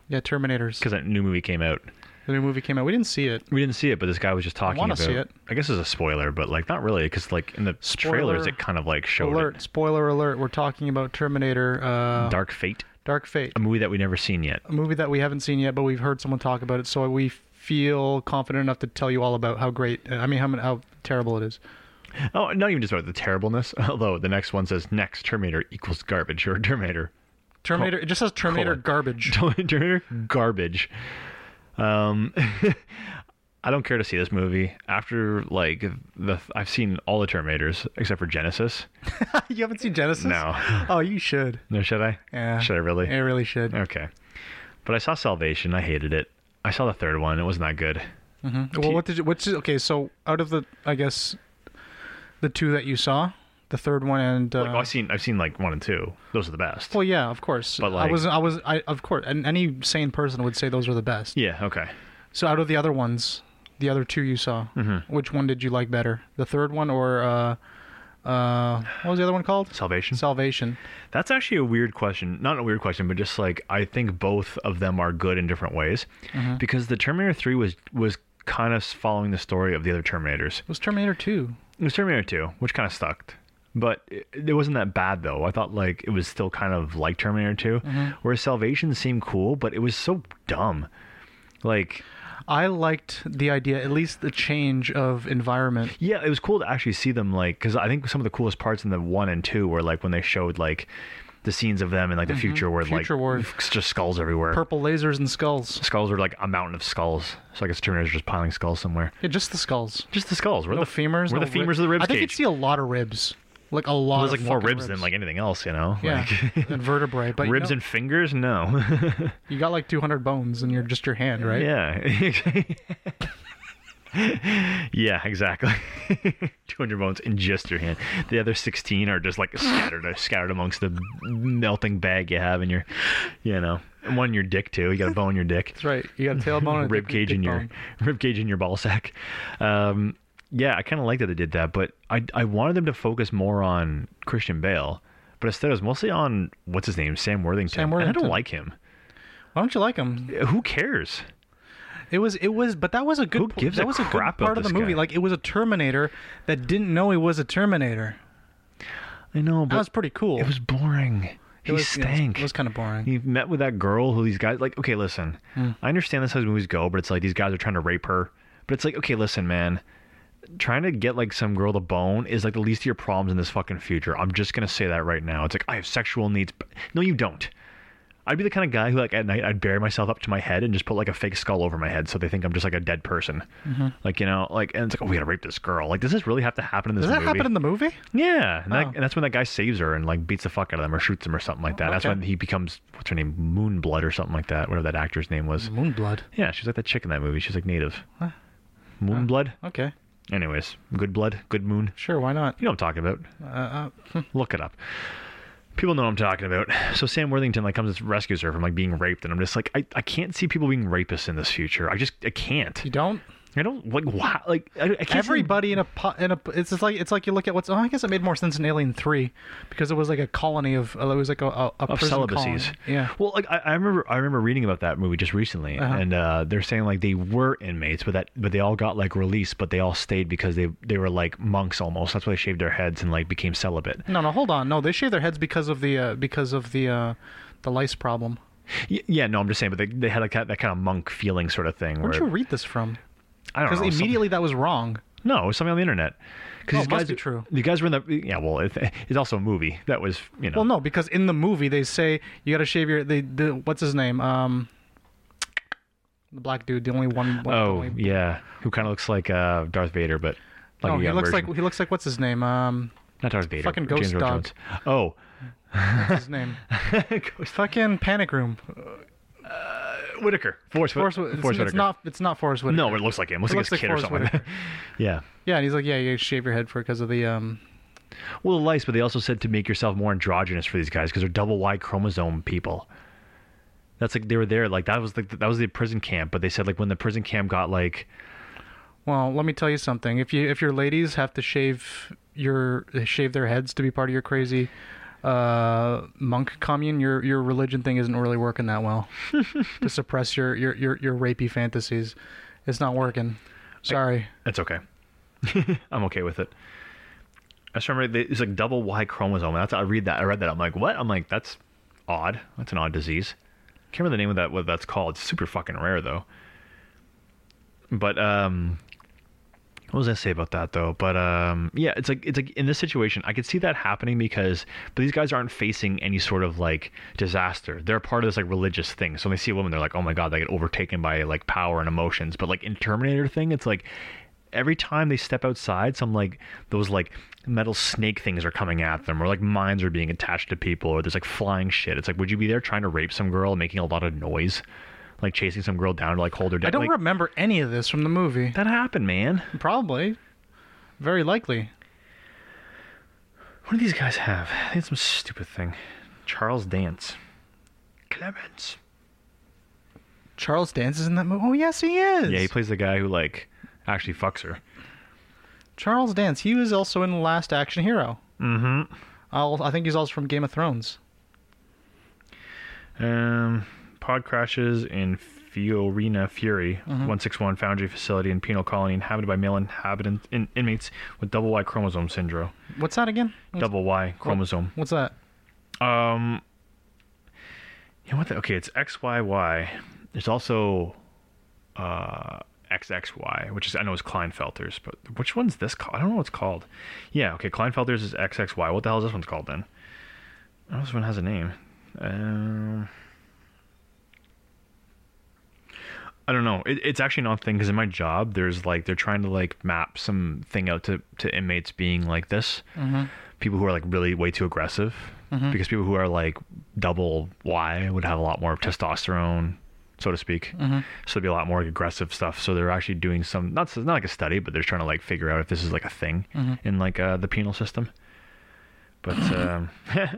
A: yeah, Terminators.
B: because that new movie came out.
A: The new movie came out. We didn't see it.
B: We didn't see it, but this guy was just talking
A: wanna
B: about.
A: see it.
B: I guess it's a spoiler, but like not really, because like in the trailers,
A: Spoiler
B: it kind of like showed
A: alert!
B: it.
A: Spoiler alert! We're talking about Terminator. Uh,
B: Dark Fate,
A: Dark Fate.
B: a movie that we never seen yet.
A: a movie that we haven't seen yet, but we've heard someone talk about it, so we feel confident enough to tell you all about how great. uh, I mean, how mon- how terrible it is.
B: Oh, not even just about the terribleness. Although the next one says next Terminator equals garbage or Terminator
A: Terminator. It just says Terminator
B: colon.
A: garbage.
B: Terminator garbage. Um, I don't care to see this movie after like the I've seen all the Terminators except for Genesis.
A: you haven't seen Genesis?
B: No.
A: Oh, you should.
B: No, should I?
A: Yeah.
B: Should I really?
A: I really should.
B: Okay. But I saw Salvation. I hated it. I saw the third one. It was not good.
A: Well, what did you? What's okay? So out of the, I guess, the two that you saw, the third one and. Uh,
B: Like, I've seen I've seen like one and two. Those are the best.
A: well, yeah, of course.
B: But,
A: I
B: like-
A: was, I was, I of course, and any sane person would say those were the best.
B: yeah. Okay.
A: So out of the other ones, the other two you saw,
B: Mm-hmm.
A: which one did you like better? The third one or uh, uh, what was the other one called?
B: Salvation.
A: Salvation.
B: That's actually a weird question. Not a weird question, but just like I think both of them are good in different ways,
A: Mm-hmm.
B: because the Terminator Three was was kind of following the story of the other Terminators.
A: It was Terminator Two.
B: It was Terminator Two, which kind of sucked, but it, it wasn't that bad though. I thought like it was still kind of like Terminator 2
A: Mm-hmm.
B: whereas Salvation seemed cool, but it was so dumb. Like
A: I liked the idea, at least the change of environment.
B: Yeah, it was cool to actually see them like because I think some of the coolest parts in the one and two were like when they showed like the scenes of them in like the future where
A: Mm-hmm. Future
B: like
A: war.
B: it's just skulls everywhere.
A: Purple lasers and skulls.
B: Skulls were like a mountain of skulls. So I guess Terminator's just piling skulls somewhere.
A: Yeah, just the skulls.
B: Just the skulls. Where
A: No
B: the
A: femurs.
B: Where
A: no
B: the femurs of the ribs
A: I think
B: cage.
A: you'd see a lot of ribs, like a lot.
B: There's
A: of
B: like more
A: fucking
B: ribs, than like anything else, you know.
A: yeah,
B: Like,
A: and vertebrae. But
B: ribs
A: you, know,
B: and fingers? No.
A: you got like 200 bones in your just your hand, right?
B: yeah. yeah, exactly. 200 bones in just your hand. The other 16 are just like scattered uh, scattered amongst the melting bag you have in your, you know, and one in your dick too. You got a bone in your dick.
A: That's right. You got a tailbone, and a
B: rib
A: dick-
B: cage
A: dick
B: in your
A: bone.
B: rib cage in your ball sack. Um, yeah, I kind of like that they did that, but I I wanted them to focus more on Christian Bale, but instead it was mostly on what's his name, Sam Worthington.
A: Sam
B: And I
A: Worthington.
B: don't like him.
A: Why don't you like them?
B: Who cares?
A: It was it was but that was a good
B: Who
A: po-
B: gives
A: that
B: a
A: was a
B: crap
A: good
B: about
A: part of the
B: this
A: movie.
B: guy?
A: Like it was a Terminator that didn't know he was a Terminator.
B: I know, but
A: That was pretty cool.
B: it was boring. He
A: It was- yeah, it was-
B: stank.
A: It was kind of boring. Hmm.
B: He met with that girl who these guys like. Okay, listen, I understand this how these movies go, but it's like these guys are trying to rape her. But it's like, okay, listen, man, trying to get like some girl to bone is like the least of your problems in this fucking future. I'm just gonna say that right now. It's like I have sexual needs. but- No, you don't. I'd be the kind of guy who, like, at night, I'd bury myself up to my head and just put like a fake skull over my head so they think I'm just like a dead person.
A: Mm-hmm.
B: Like, you know, like, and it's like, oh, we gotta rape this girl. Like, does this really have to happen in this
A: Does that
B: movie?
A: happen in the movie?
B: yeah, and, that,
A: Oh.
B: and that's when that guy saves her and like beats the fuck out of them or shoots them or something like that. That's
A: Okay.
B: when he becomes what's her name, Moonblood or something like that. Whatever that actor's name was.
A: Moonblood.
B: Yeah, she's like that chick in that movie. She's like native. Moonblood.
A: Okay,
B: Anyways, good blood, good moon.
A: sure, why not?
B: You know what I'm talking about.
A: Uh, uh,
B: Look it up. People know what I'm talking about. So Sam Worthington like comes and rescues her from like being raped, and I'm just like, I, I can't see people being rapists in this future. I just I
A: you
B: can't.
A: don't.
B: I don't like wow. Like I, I can't. see-
A: Everybody in a po- in a it's just like it's like you look at what's oh I guess it made more sense in Alien Three because it was like a colony of uh, it was like a a, a
B: of
A: prison colony.
B: celibacies.
A: Yeah.
B: Well, like I, I remember, I remember reading about that movie just recently,
A: Uh-huh.
B: and uh, they're saying like they were inmates, but that, but they all got like released, but they all stayed because they they were like monks almost. That's why they shaved their heads and like became celibate.
A: No, no, hold on. No, they shave their heads because of the uh, because of the uh, the lice problem.
B: Y- yeah, no, I'm just saying, but they, they had like that, that kind of monk feeling sort of thing.
A: Where'd
B: where,
A: you read this from?
B: I don't know.
A: Because
B: some-
A: immediately that was wrong.
B: No, it was something on the internet.
A: Oh,
B: Because
A: it
B: these
A: must
B: guys,
A: be true.
B: The guys were in the yeah. Well, it, it's also a movie that was you know.
A: Well, no, because in the movie they say you got to shave your the the what's his name um the black dude the only one. one-
B: Oh
A: the only-
B: yeah, who kind of looks like uh, Darth Vader, but
A: no,
B: like a
A: Oh, he
B: young
A: looks
B: version.
A: like he looks like what's his name um
B: not Darth Vader.
A: fucking
B: James
A: Ghost
B: Earl
A: Dog.
B: Jones. Oh,
A: what's his name
B: Ghost
A: fucking Panic Room.
B: Whitaker. Force, Whit-
A: Forrest,
B: Forrest
A: it's, it's
B: Whitaker.
A: not it's not Forrest Whitaker.
B: No, it looks like him. Looks
A: It looks
B: like his kid
A: like
B: or something.
A: Forrest
B: Like that. yeah.
A: yeah, and he's like, yeah, you shave your head for because of the um
B: Well, the lice, but they also said to make yourself more androgynous for these guys because they're double Y chromosome people. That's like they were there. Like that was like that was the prison camp, but they said like when the prison camp got like
A: Well, let me tell you something. If you if your ladies have to shave your shave their heads to be part of your crazy uh, monk commune, your your religion thing isn't really working that well to suppress your your your your rapey fantasies. It's not working. Sorry.
B: That's okay. I'm okay with it. I just remember they, it's like double Y chromosome. That's I read that. I read that. I'm like, what? I'm like, that's odd. That's an odd disease. Can't remember the name of that. What that's called? It's super fucking rare though. But um, what was I say about that though? But um, yeah, it's like it's like in this situation, I could see that happening because, but these guys aren't facing any sort of like disaster. They're part of this like religious thing. So when they see a woman, they're like, oh my god, they get overtaken by like power and emotions. But like in Terminator thing, it's like every time they step outside, some like those like metal snake things are coming at them, or like mines are being attached to people, or there's like flying shit. It's like, would you be there trying to rape some girl, and making a lot of noise, like chasing some girl down to like hold her down?
A: I don't
B: Like,
A: remember any of this from the movie.
B: that happened, man.
A: Probably. Very likely.
B: What do these guys have? I think it's some stupid thing. Charles Dance. Clemens.
A: Charles Dance is in that movie. Oh yes, he is.
B: Yeah, he plays the guy who like actually fucks her.
A: Charles Dance. He was also in Last Action Hero.
B: Mm-hmm.
A: I'll, I think he's also from Game of Thrones.
B: Um, pod crashes in Fiorina Fury, 161 Foundry Facility and Penal Colony inhabited by male inhabitant in, inmates with double Y chromosome syndrome.
A: What's that again? What's-
B: Double Y chromosome.
A: What's that?
B: Um, you know what? The, okay, it's XYY. There's also uh, XXY, which is I know is Kleinfelters, but which one's this? Called? I don't know what it's called. Yeah, okay, Kleinfelters is XXY. What the hell is this one's called then? I don't know if this one has a name. Um, I don't know. It, it's actually not a thing because in my job, there's like they're trying to like map some thing out to to inmates being like this. People who are like really way too aggressive, because people who are like double Y would have a lot more testosterone, so to speak. So there'd be a lot more aggressive stuff. So they're actually doing some not not like a study, but they're trying to like figure out if this is like a thing in like uh, the penal system. But um,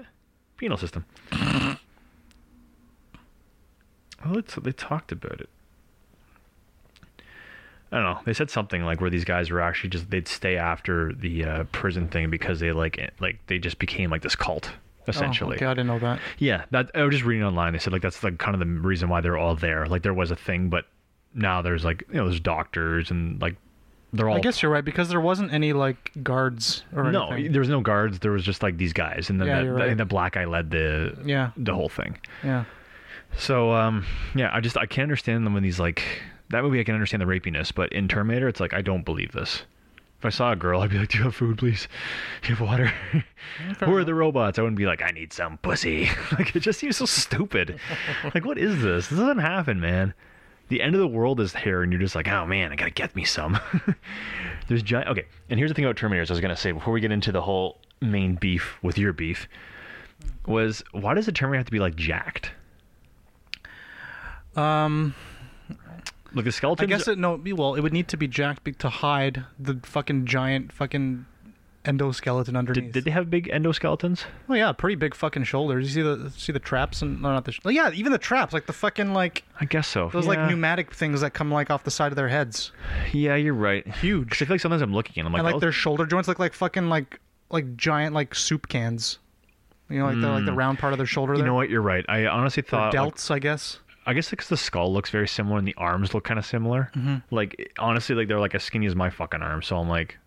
B: penal system. Well, it's, they talked about it. I don't know. They said something like where these guys were actually just they'd stay after the uh, prison thing because they like it- like they just became like this cult essentially.
A: Oh, okay, I didn't know that.
B: Yeah, that I was just reading online. They said like that's like kind of the reason why they're all there. Like there was a thing, but now there's like you know there's doctors and like they're all
A: I guess you're right because there wasn't any like guards or
B: no
A: anything.
B: there was no guards. There was just like these guys and then
A: Yeah,
B: that,
A: you're right.
B: and the black guy led the
A: Yeah.
B: the whole thing.
A: Yeah.
B: So um yeah, I just I can't understand them when these like that movie I can understand the rapiness, but in Terminator it's like I don't believe this. If I saw a girl, I'd be like, "Do you have food, please? Do you have water?" Who are the robots? I wouldn't be like, "I need some pussy." like it just seems so stupid. like what is this? This doesn't happen, man. The end of the world is here, and you're just like, "Oh man, I gotta get me some." There's giant. Okay, and here's the thing about Terminators. I was gonna say before we get into the whole main beef with your beef was why does a Terminator have to be like jacked?
A: Um,
B: Like the
A: I
B: skeletons.
A: guess it no. Well, it would need to be jacked be- to hide the fucking giant fucking endoskeleton underneath.
B: did, did they have big endoskeletons?
A: Oh yeah, pretty big fucking shoulders. You see the see the traps and no, not the. Sh- oh, yeah, even the traps, like the fucking like
B: I guess so.
A: those
B: yeah.
A: like pneumatic things that come like off the side of their heads.
B: Yeah, you're right. Huge. I feel like sometimes I'm looking and I'm like,
A: and like
B: oh,
A: their shoulder joints look like fucking like like giant like soup cans. You know, like the like the round part of their shoulder.
B: Hmm. you
A: there.
B: know what? You're right. I honestly
A: Their
B: thought. like,
A: delts, I guess.
B: I guess because the skull looks very similar and the arms look kind of similar.
A: Mm-hmm.
B: Like it- honestly, like they're like as skinny as my fucking arm. So I'm like,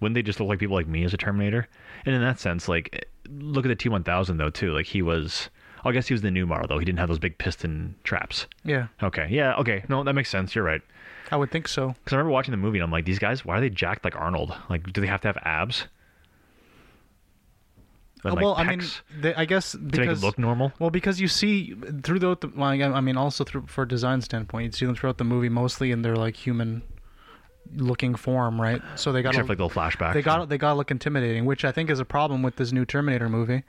B: wouldn't they just look like people like me as a Terminator? And in that sense, like eh, look at the T1000 though too. Like he was. I guess he was the new model though. He didn't have those big piston traps.
A: Yeah,
B: Okay. Yeah. Okay. No, that makes sense. You're right.
A: I would think so.
B: Because I remember watching the movie and I'm like, these guys, why are they jacked like Arnold? Like, do they have to have abs? And, like,
A: Uh, Oh, well, I
B: pecs
A: mean, they, I guess
B: to make
A: because
B: it look normal.
A: Well, because you see throughout the, well, I mean, also through for a design standpoint, you see them throughout the movie mostly in their like human looking form, right? So they got
B: Except for, like the little flashback.
A: they got they got to look intimidating, which I think is a problem with this new Terminator movie.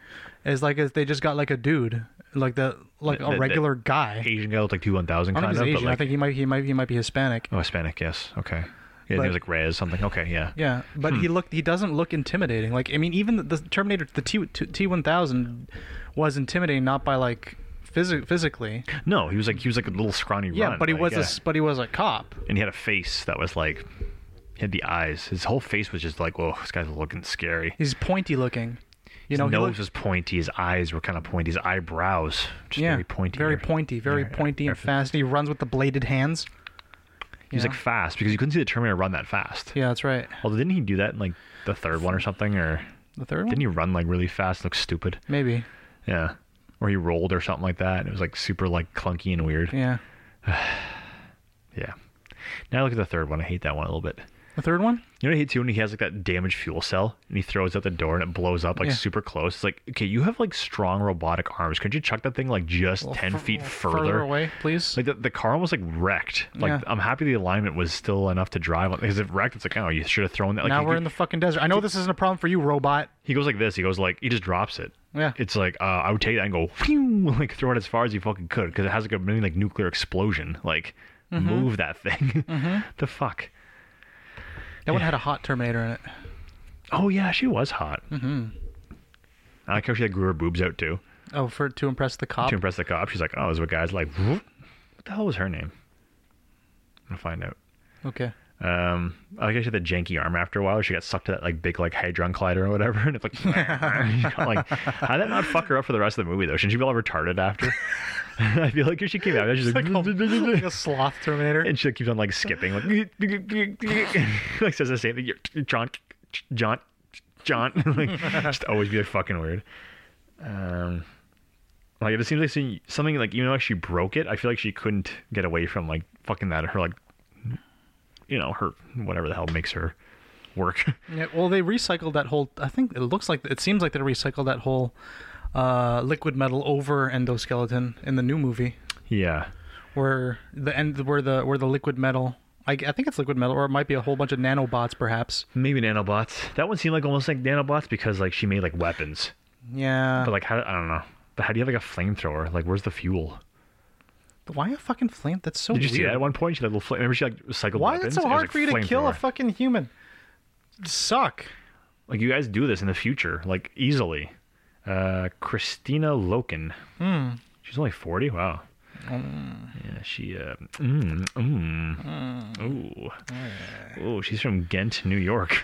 A: Is like is they just got like a dude, like the like
B: The-
A: a
B: the-
A: regular guy.
B: Asian guy looked like two one thousand
A: I
B: kind
A: don't
B: of.
A: think he's
B: but
A: Asian. I
B: like,
A: think he might he might he might be Hispanic.
B: oh, Hispanic, yes, okay. Yeah, he
A: But-
B: was like Reyes something. Okay, yeah.
A: Yeah, but
B: Hmm.
A: he looked he doesn't look intimidating. Like I mean, even the, the Terminator the T T one thousand was intimidating, not by like physi- physically.
B: No, he was like he was like a little scrawny.
A: Yeah,
B: runt,
A: but he
B: like,
A: was
B: yeah.
A: a s- but he was a cop.
B: and he had a face that was like, he had the eyes. His whole face was just like, whoa, this guy's looking scary.
A: He's pointy looking. You know,
B: his
A: he
B: nose
A: looked-
B: was pointy. His eyes were kind of pointy. His eyebrows just
A: yeah,
B: very pointy.
A: very
B: They're-
A: pointy, very
B: yeah,
A: pointy
B: yeah.
A: and fast. He runs with the bladed hands.
B: He was
A: Yeah.
B: like fast because you couldn't see the Terminator run that fast.
A: Yeah, that's right.
B: Although didn't he do that in like the third one or something? Or
A: The third one,
B: didn't he run like really fast? Look stupid.
A: maybe.
B: Yeah. Or he rolled or something like that. It was like super like clunky and weird.
A: Yeah,
B: Yeah. Now look at the third one. I hate that one a little bit.
A: the third one.
B: You know what I hate too when he has like that damaged fuel cell and he throws out the door and it blows up like
A: Yeah.
B: super close. It's like, okay, you have like strong robotic arms. Could you chuck that thing like just ten
A: Fur-
B: feet further?
A: further, away, please.
B: Like the, the car almost like wrecked. Like
A: Yeah.
B: I'm happy the alignment was still enough to drive on because if wrecked, it's like, oh, you should have thrown that. Like,
A: now
B: he
A: we're
B: could-
A: in the fucking desert. I know this isn't a problem for you, robot.
B: he goes like this. He goes like he just drops it.
A: Yeah.
B: It's like uh, I would take that and go phew, like throw it as far as you fucking could because it has like a mini like nuclear explosion. Like move that thing. the fuck.
A: That one had a hot Terminator in it.
B: Oh yeah, she was hot. Mm-hmm. I like how she like grew her boobs out too
A: Oh, for to impress the cop.
B: to impress the cop. She's like, oh, this is what guys like. Whoop. What the hell was her name? I'm gonna find out.
A: Okay.
B: Um, I like how she had the janky arm after a while. She got sucked to that like big like hadron collider or whatever, and it's like, she got, like how did that not fuck her up for the rest of the movie though? Shouldn't she be all retarded after? I feel like if she came out, she's like, "Oh,
A: like a sloth Terminator.
B: and she like, keeps on like skipping, like, like says the same thing. You're- John, John, John, like just always be like fucking weird. Um, like it just seems like she- something like even though she broke it, I feel like she couldn't get away from like fucking that. Her like, you know, her whatever the hell makes her work.
A: Yeah, well, they recycled that whole. I think it looks like it seems like they recycled that whole uh, liquid metal over endoskeleton in the new movie,
B: yeah,
A: where the end where the where the liquid metal. I, I think it's liquid metal, or it might be a whole bunch of nanobots, perhaps.
B: maybe nanobots. That one seemed like almost like nanobots because like she made like weapons,
A: Yeah.
B: but like how I don't know. But how do you have like a flamethrower? Like where's the fuel?
A: Why a fucking flame? That's so
B: Did you
A: weird.
B: see that at one point? She had a little flame. Remember she like recycled
A: Why is it
B: weapons?
A: so
B: was,
A: hard
B: like,
A: for you to kill a
B: flamethrower.
A: fucking human? Suck.
B: like you guys do this in the future, like easily. Uh, Christina Loken.
A: Hmm.
B: She's only forty. Wow. Yeah, she. Uh, mm, mm.
A: Hmm.
B: Ooh. Ooh, she's from Ghent, New York.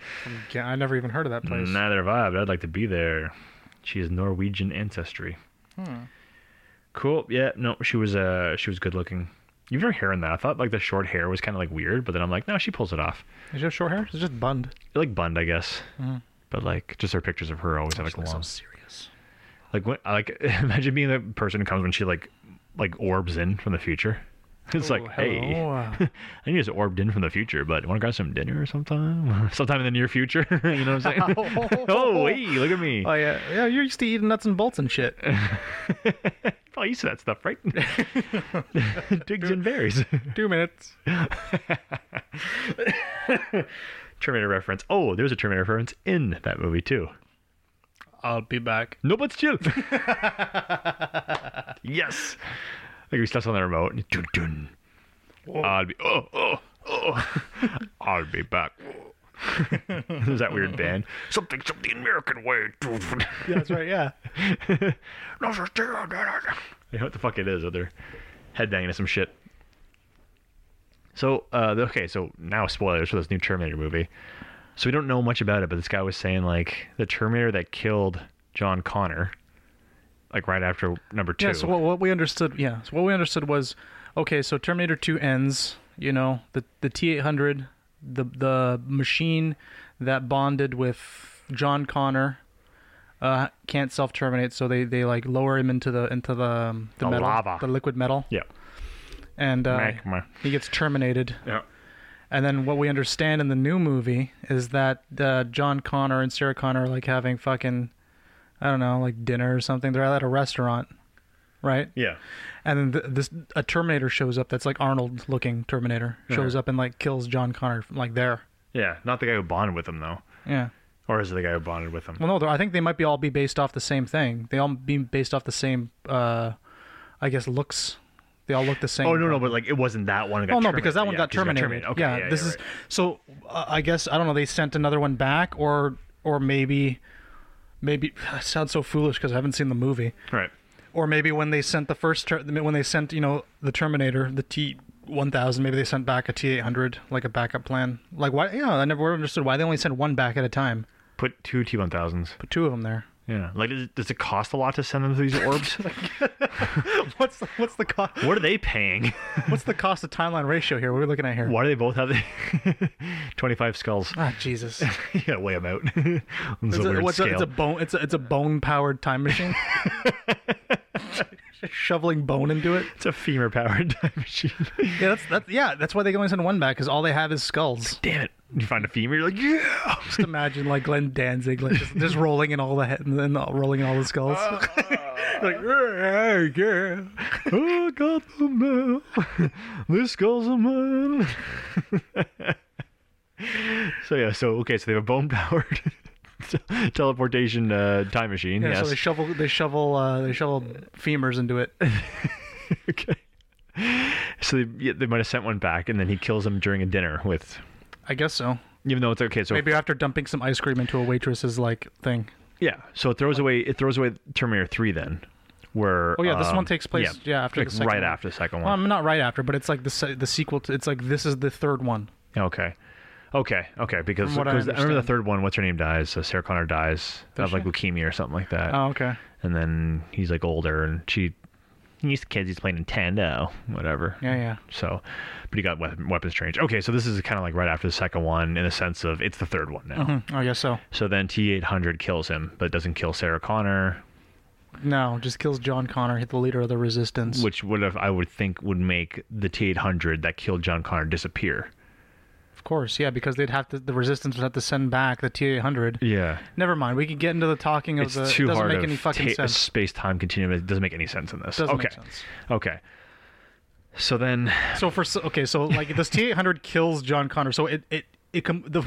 A: Yeah, I never even heard of that place.
B: Neither have I, but I'd like to be there. She is Norwegian ancestry.
A: Hmm.
B: Cool. Yeah. No, she was. Uh, she was good looking. You've never hair in that. I thought like the short hair was kind of like weird, but then I'm like, no, she pulls it off.
A: Is she have short hair? It's just bunned.
B: like Bund, I guess. But like, just her pictures of her always have like
A: Looks
B: long.
A: so serious.
B: Like when, like imagine being the person who comes when she like, like orbs in from the future. It's like, hey,
A: hello.
B: I just orbed in from the future, but want to grab some dinner sometime? sometime in the near future? you know what I'm saying? oh, hey, look at me.
A: oh yeah, yeah. You're used to eating nuts and bolts and shit.
B: Probably used to that stuff, right? Digs and berries.
A: Two minutes.
B: Terminator reference. Oh, there's a Terminator reference in that movie, too.
A: I'll be back.
B: No, but still. yes. Like he steps on the remote. and Dun, dun. I'll be. Oh, oh, oh. I'll be back. There's that weird band. Something, something American way.
A: Yeah, that's right. Yeah.
B: I know what the fuck it is, or they're headbanging to some shit. So, uh, the- okay, so now spoilers for this new Terminator movie. So we don't know much about it, but this guy was saying like the Terminator that killed John Connor, like right after number two.
A: Yeah. So what, what we understood, yeah. So what we understood was, okay. So Terminator Two ends. You know, the the T eight hundred, the the machine that bonded with John Connor, uh, can't self terminate. So they they like lower him into the into the um, the,
B: The
A: metal,
B: lava.
A: the liquid metal,
B: yeah,
A: and uh,
B: Magma.
A: he gets terminated.
B: yeah.
A: And then what we understand in the new movie is that uh, John Connor and Sarah Connor are like having fucking, I don't know, like dinner or something. They're at a restaurant, right?
B: Yeah.
A: And then th- this a Terminator shows up that's like Arnold looking Terminator shows up and like kills John Connor like there.
B: Yeah. Not the guy who bonded with him though,
A: Yeah.
B: or is it the guy who bonded with him?
A: Well, no, they're- I think they might be all be based off the same thing. They all be based off the same, uh, I guess, looks. They all look the same.
B: oh no, no, but like it wasn't that one. Who got
A: Oh no, because that one
B: terminated.
A: got
B: Yeah, 'cause he
A: terminated.
B: Okay,
A: yeah, this
B: you're
A: is
B: right.
A: so. Uh, I guess I don't know. They sent another one back, or or maybe maybe I sound so foolish because I haven't seen the movie.
B: right.
A: Or maybe when they sent the first ter- when they sent you know the Terminator the T one thousand maybe they sent back a T eight hundred like a backup plan. Like why? Yeah, I never understood why they only sent one back at a time.
B: Put two T one thousands.
A: Put two of them there.
B: Yeah. Like, does, does it cost a lot to send them these orbs?
A: What's the, what's the cost?
B: what are they paying?
A: What's the cost of timeline ratio here? What are we looking at here?
B: Why do they both have the 25 skulls?
A: Ah, Jesus!
B: you gotta weigh them out. it's
A: It's
B: a,
A: a,
B: weird
A: what's a, it's
B: scale.
A: a bone. It's a, it's a bone powered time machine. Shoveling bone into it.
B: It's a femur powered time machine.
A: Yeah, that's, that's yeah. That's why they can only send one back because all they have is skulls.
B: Damn it. You find a femur, you're like, yeah!
A: Just imagine like Glenn Danzig, like just, just rolling in all the head and then all- rolling in all the skulls.
B: like, yeah, yeah. I got Oh, the mail. This skull's a man. so, yeah, so, okay, so they have a bone powered teleportation uh, time machine.
A: yeah,
B: yes.
A: so they shovel they shovel uh, they shovel femurs into it.
B: okay. So they, yeah, they might have sent one back, and then he kills him during a dinner with,
A: I guess so.
B: even though it's okay. So
A: Maybe after dumping some ice cream into a waitress's like thing.
B: yeah, so it throws away it throws away Terminator three then, where
A: Oh yeah, this
B: um,
A: one takes place yeah, after
B: like
A: the second
B: right
A: one.
B: after the second
A: Well,
B: one.
A: I'm not right after, but it's like the se- the sequel. To, it's like this is the third one.
B: okay, okay, okay, because
A: From what I
B: 'cause I, remember the
A: understand.
B: third one. What's her name dies? Uh, Sarah Connor dies of like
A: she?
B: leukemia or something like that,
A: Oh okay.
B: and then he's like older, and she. He's kids. He's playing Nintendo, whatever.
A: Yeah yeah.
B: So, but he got weapon, weapons changed. Okay, so this is kind of like right after the second one in a sense of it's the third one now.
A: Hmm, I guess so.
B: So then T800 kills him, but doesn't kill Sarah Connor,
A: No, just kills John Connor, hit the leader of the resistance.
B: which would have I would think would make the T800 that killed John Connor disappear.
A: of course, yeah, because they'd have to the resistance would have to send back the T eight hundred.
B: Yeah.
A: Never mind. We could get into the talking of
B: It's
A: the it
B: too
A: doesn't
B: hard
A: make
B: of
A: any fucking
B: ta-
A: sense.
B: space time continuum. It doesn't make any sense in this.
A: Doesn't
B: okay.
A: make sense.
B: Okay. So then
A: So for so- okay, so like this T eight hundred kills John Connor. So it it it com- the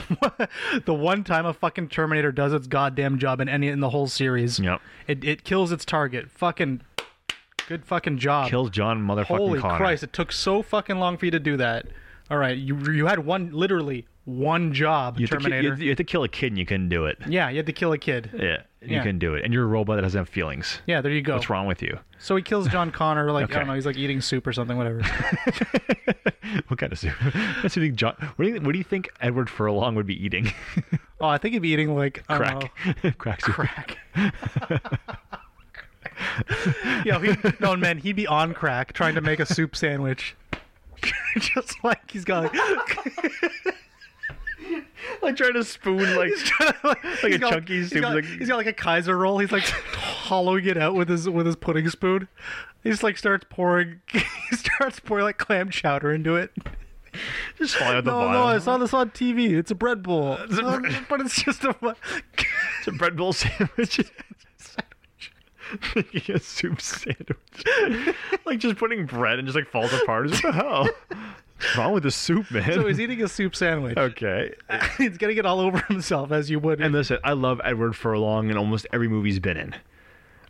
A: the one time a fucking Terminator does its goddamn job in any in the whole series.
B: Yep.
A: It it kills its target. Fucking good fucking job.
B: kills John motherfucking
A: Holy
B: Connor.
A: Christ! It took so fucking long for you to do that. All right, you you had one literally one job,
B: You have, to ki- you
A: Terminator.
B: have to- you have to kill a kid and you couldn't do it.
A: yeah, you had to kill a kid.
B: Yeah. You
A: Yeah.
B: couldn't do it. And you're a robot that doesn't have feelings.
A: Yeah, there you go.
B: What's wrong with you?
A: So he kills John Connor. Like I don't
B: Okay.
A: know, he's like eating soup or something, whatever.
B: What kind of soup? That's what you think John what do you, what do you think Edward Furlong would be eating?
A: oh, I think he'd be eating like I don't
B: Crack. Crack soup.
A: Crack. know. Yo, he, no man, he'd be on crack trying to make a soup sandwich. Just like he's got like
B: like trying to spoon like like a
A: He's got-
B: chunky
A: he's
B: soup.
A: got,
B: Like,
A: he's got like a Kaiser roll. He's like hollowing it out with his with his pudding spoon. He just like starts pouring. He starts pouring like clam chowder into it.
B: just falling out the
A: No,
B: bottom.
A: no, I saw this on TV. It's a bread bowl, Um, but it's just a.
B: It's a bread bowl sandwich. Making a soup sandwich. like just putting bread and just like falls apart. What the hell? What's wrong with the soup, man?
A: So he's eating a soup sandwich.
B: okay.
A: he's getting it all over himself, as you would.
B: And listen, I love Edward Furlong in almost every movie he's been in.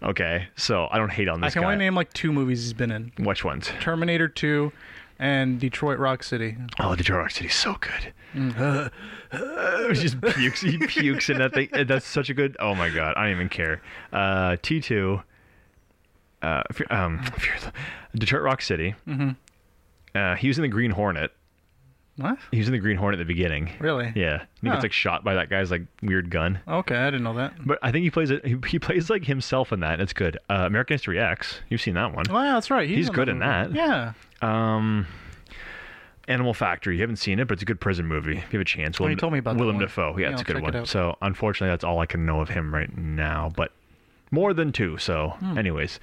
B: Okay, so I don't hate on
A: I
B: this
A: can
B: guy.
A: only name like two movies he's been in:
B: Which ones?
A: Terminator 2 and Detroit Rock City.
B: Oh, Detroit Rock City's so good. Mm. he just pukes. He pukes in that thing. and That's such a good. Oh my god, I don't even care. Uh, T two. Uh, Fe- um, Fear- Detroit Rock City. Mm-hmm. Uh, he was in the Green Hornet.
A: What?
B: He was in the Green Hornet at the beginning.
A: Really?
B: Yeah. He
A: Huh.
B: gets like shot by that guy's like weird gun.
A: Okay, I didn't know that.
B: But I think he plays it. He, he plays like himself in that. And it's good. Uh, American History X. You've seen that one.
A: Well, yeah, that's right.
B: He's good
A: the
B: in
A: movie.
B: that.
A: Yeah.
B: Um, Animal Factory. You haven't seen it, but it's a good prison movie. If you have a chance, Willem,
A: Oh, told me about that
B: Willem
A: one.
B: Dafoe. Yeah,
A: Yeah,
B: it's
A: I'll
B: a good
A: check it
B: one.
A: out.
B: so unfortunately, that's all I can know of him right now. But more than two. So,
A: Hmm.
B: anyways,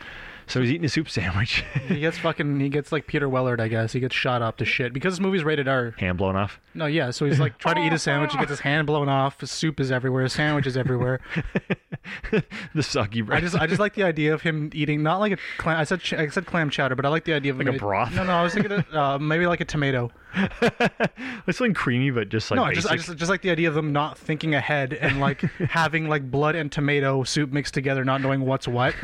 B: so he's eating a soup sandwich,
A: He gets fucking. He gets like Peter Wellard, I guess. He gets shot up to shit because this movie's rated R.
B: hand blown off.
A: No, yeah. So he's like trying to eat a sandwich. He gets his hand blown off. His soup is everywhere. His sandwich is everywhere.
B: The soggy bread.
A: I just, I just like the idea of him eating not like a clam. I said, ch- I said clam chowder, but I like the idea of
B: Like a
A: ma-
B: broth?
A: No, no. I was thinking of, uh, maybe like a tomato.
B: It's something creamy, but just like
A: No, I
B: basic.
A: just, I just, just like the idea of them not thinking ahead and like having like blood and tomato soup mixed together, not knowing what's what.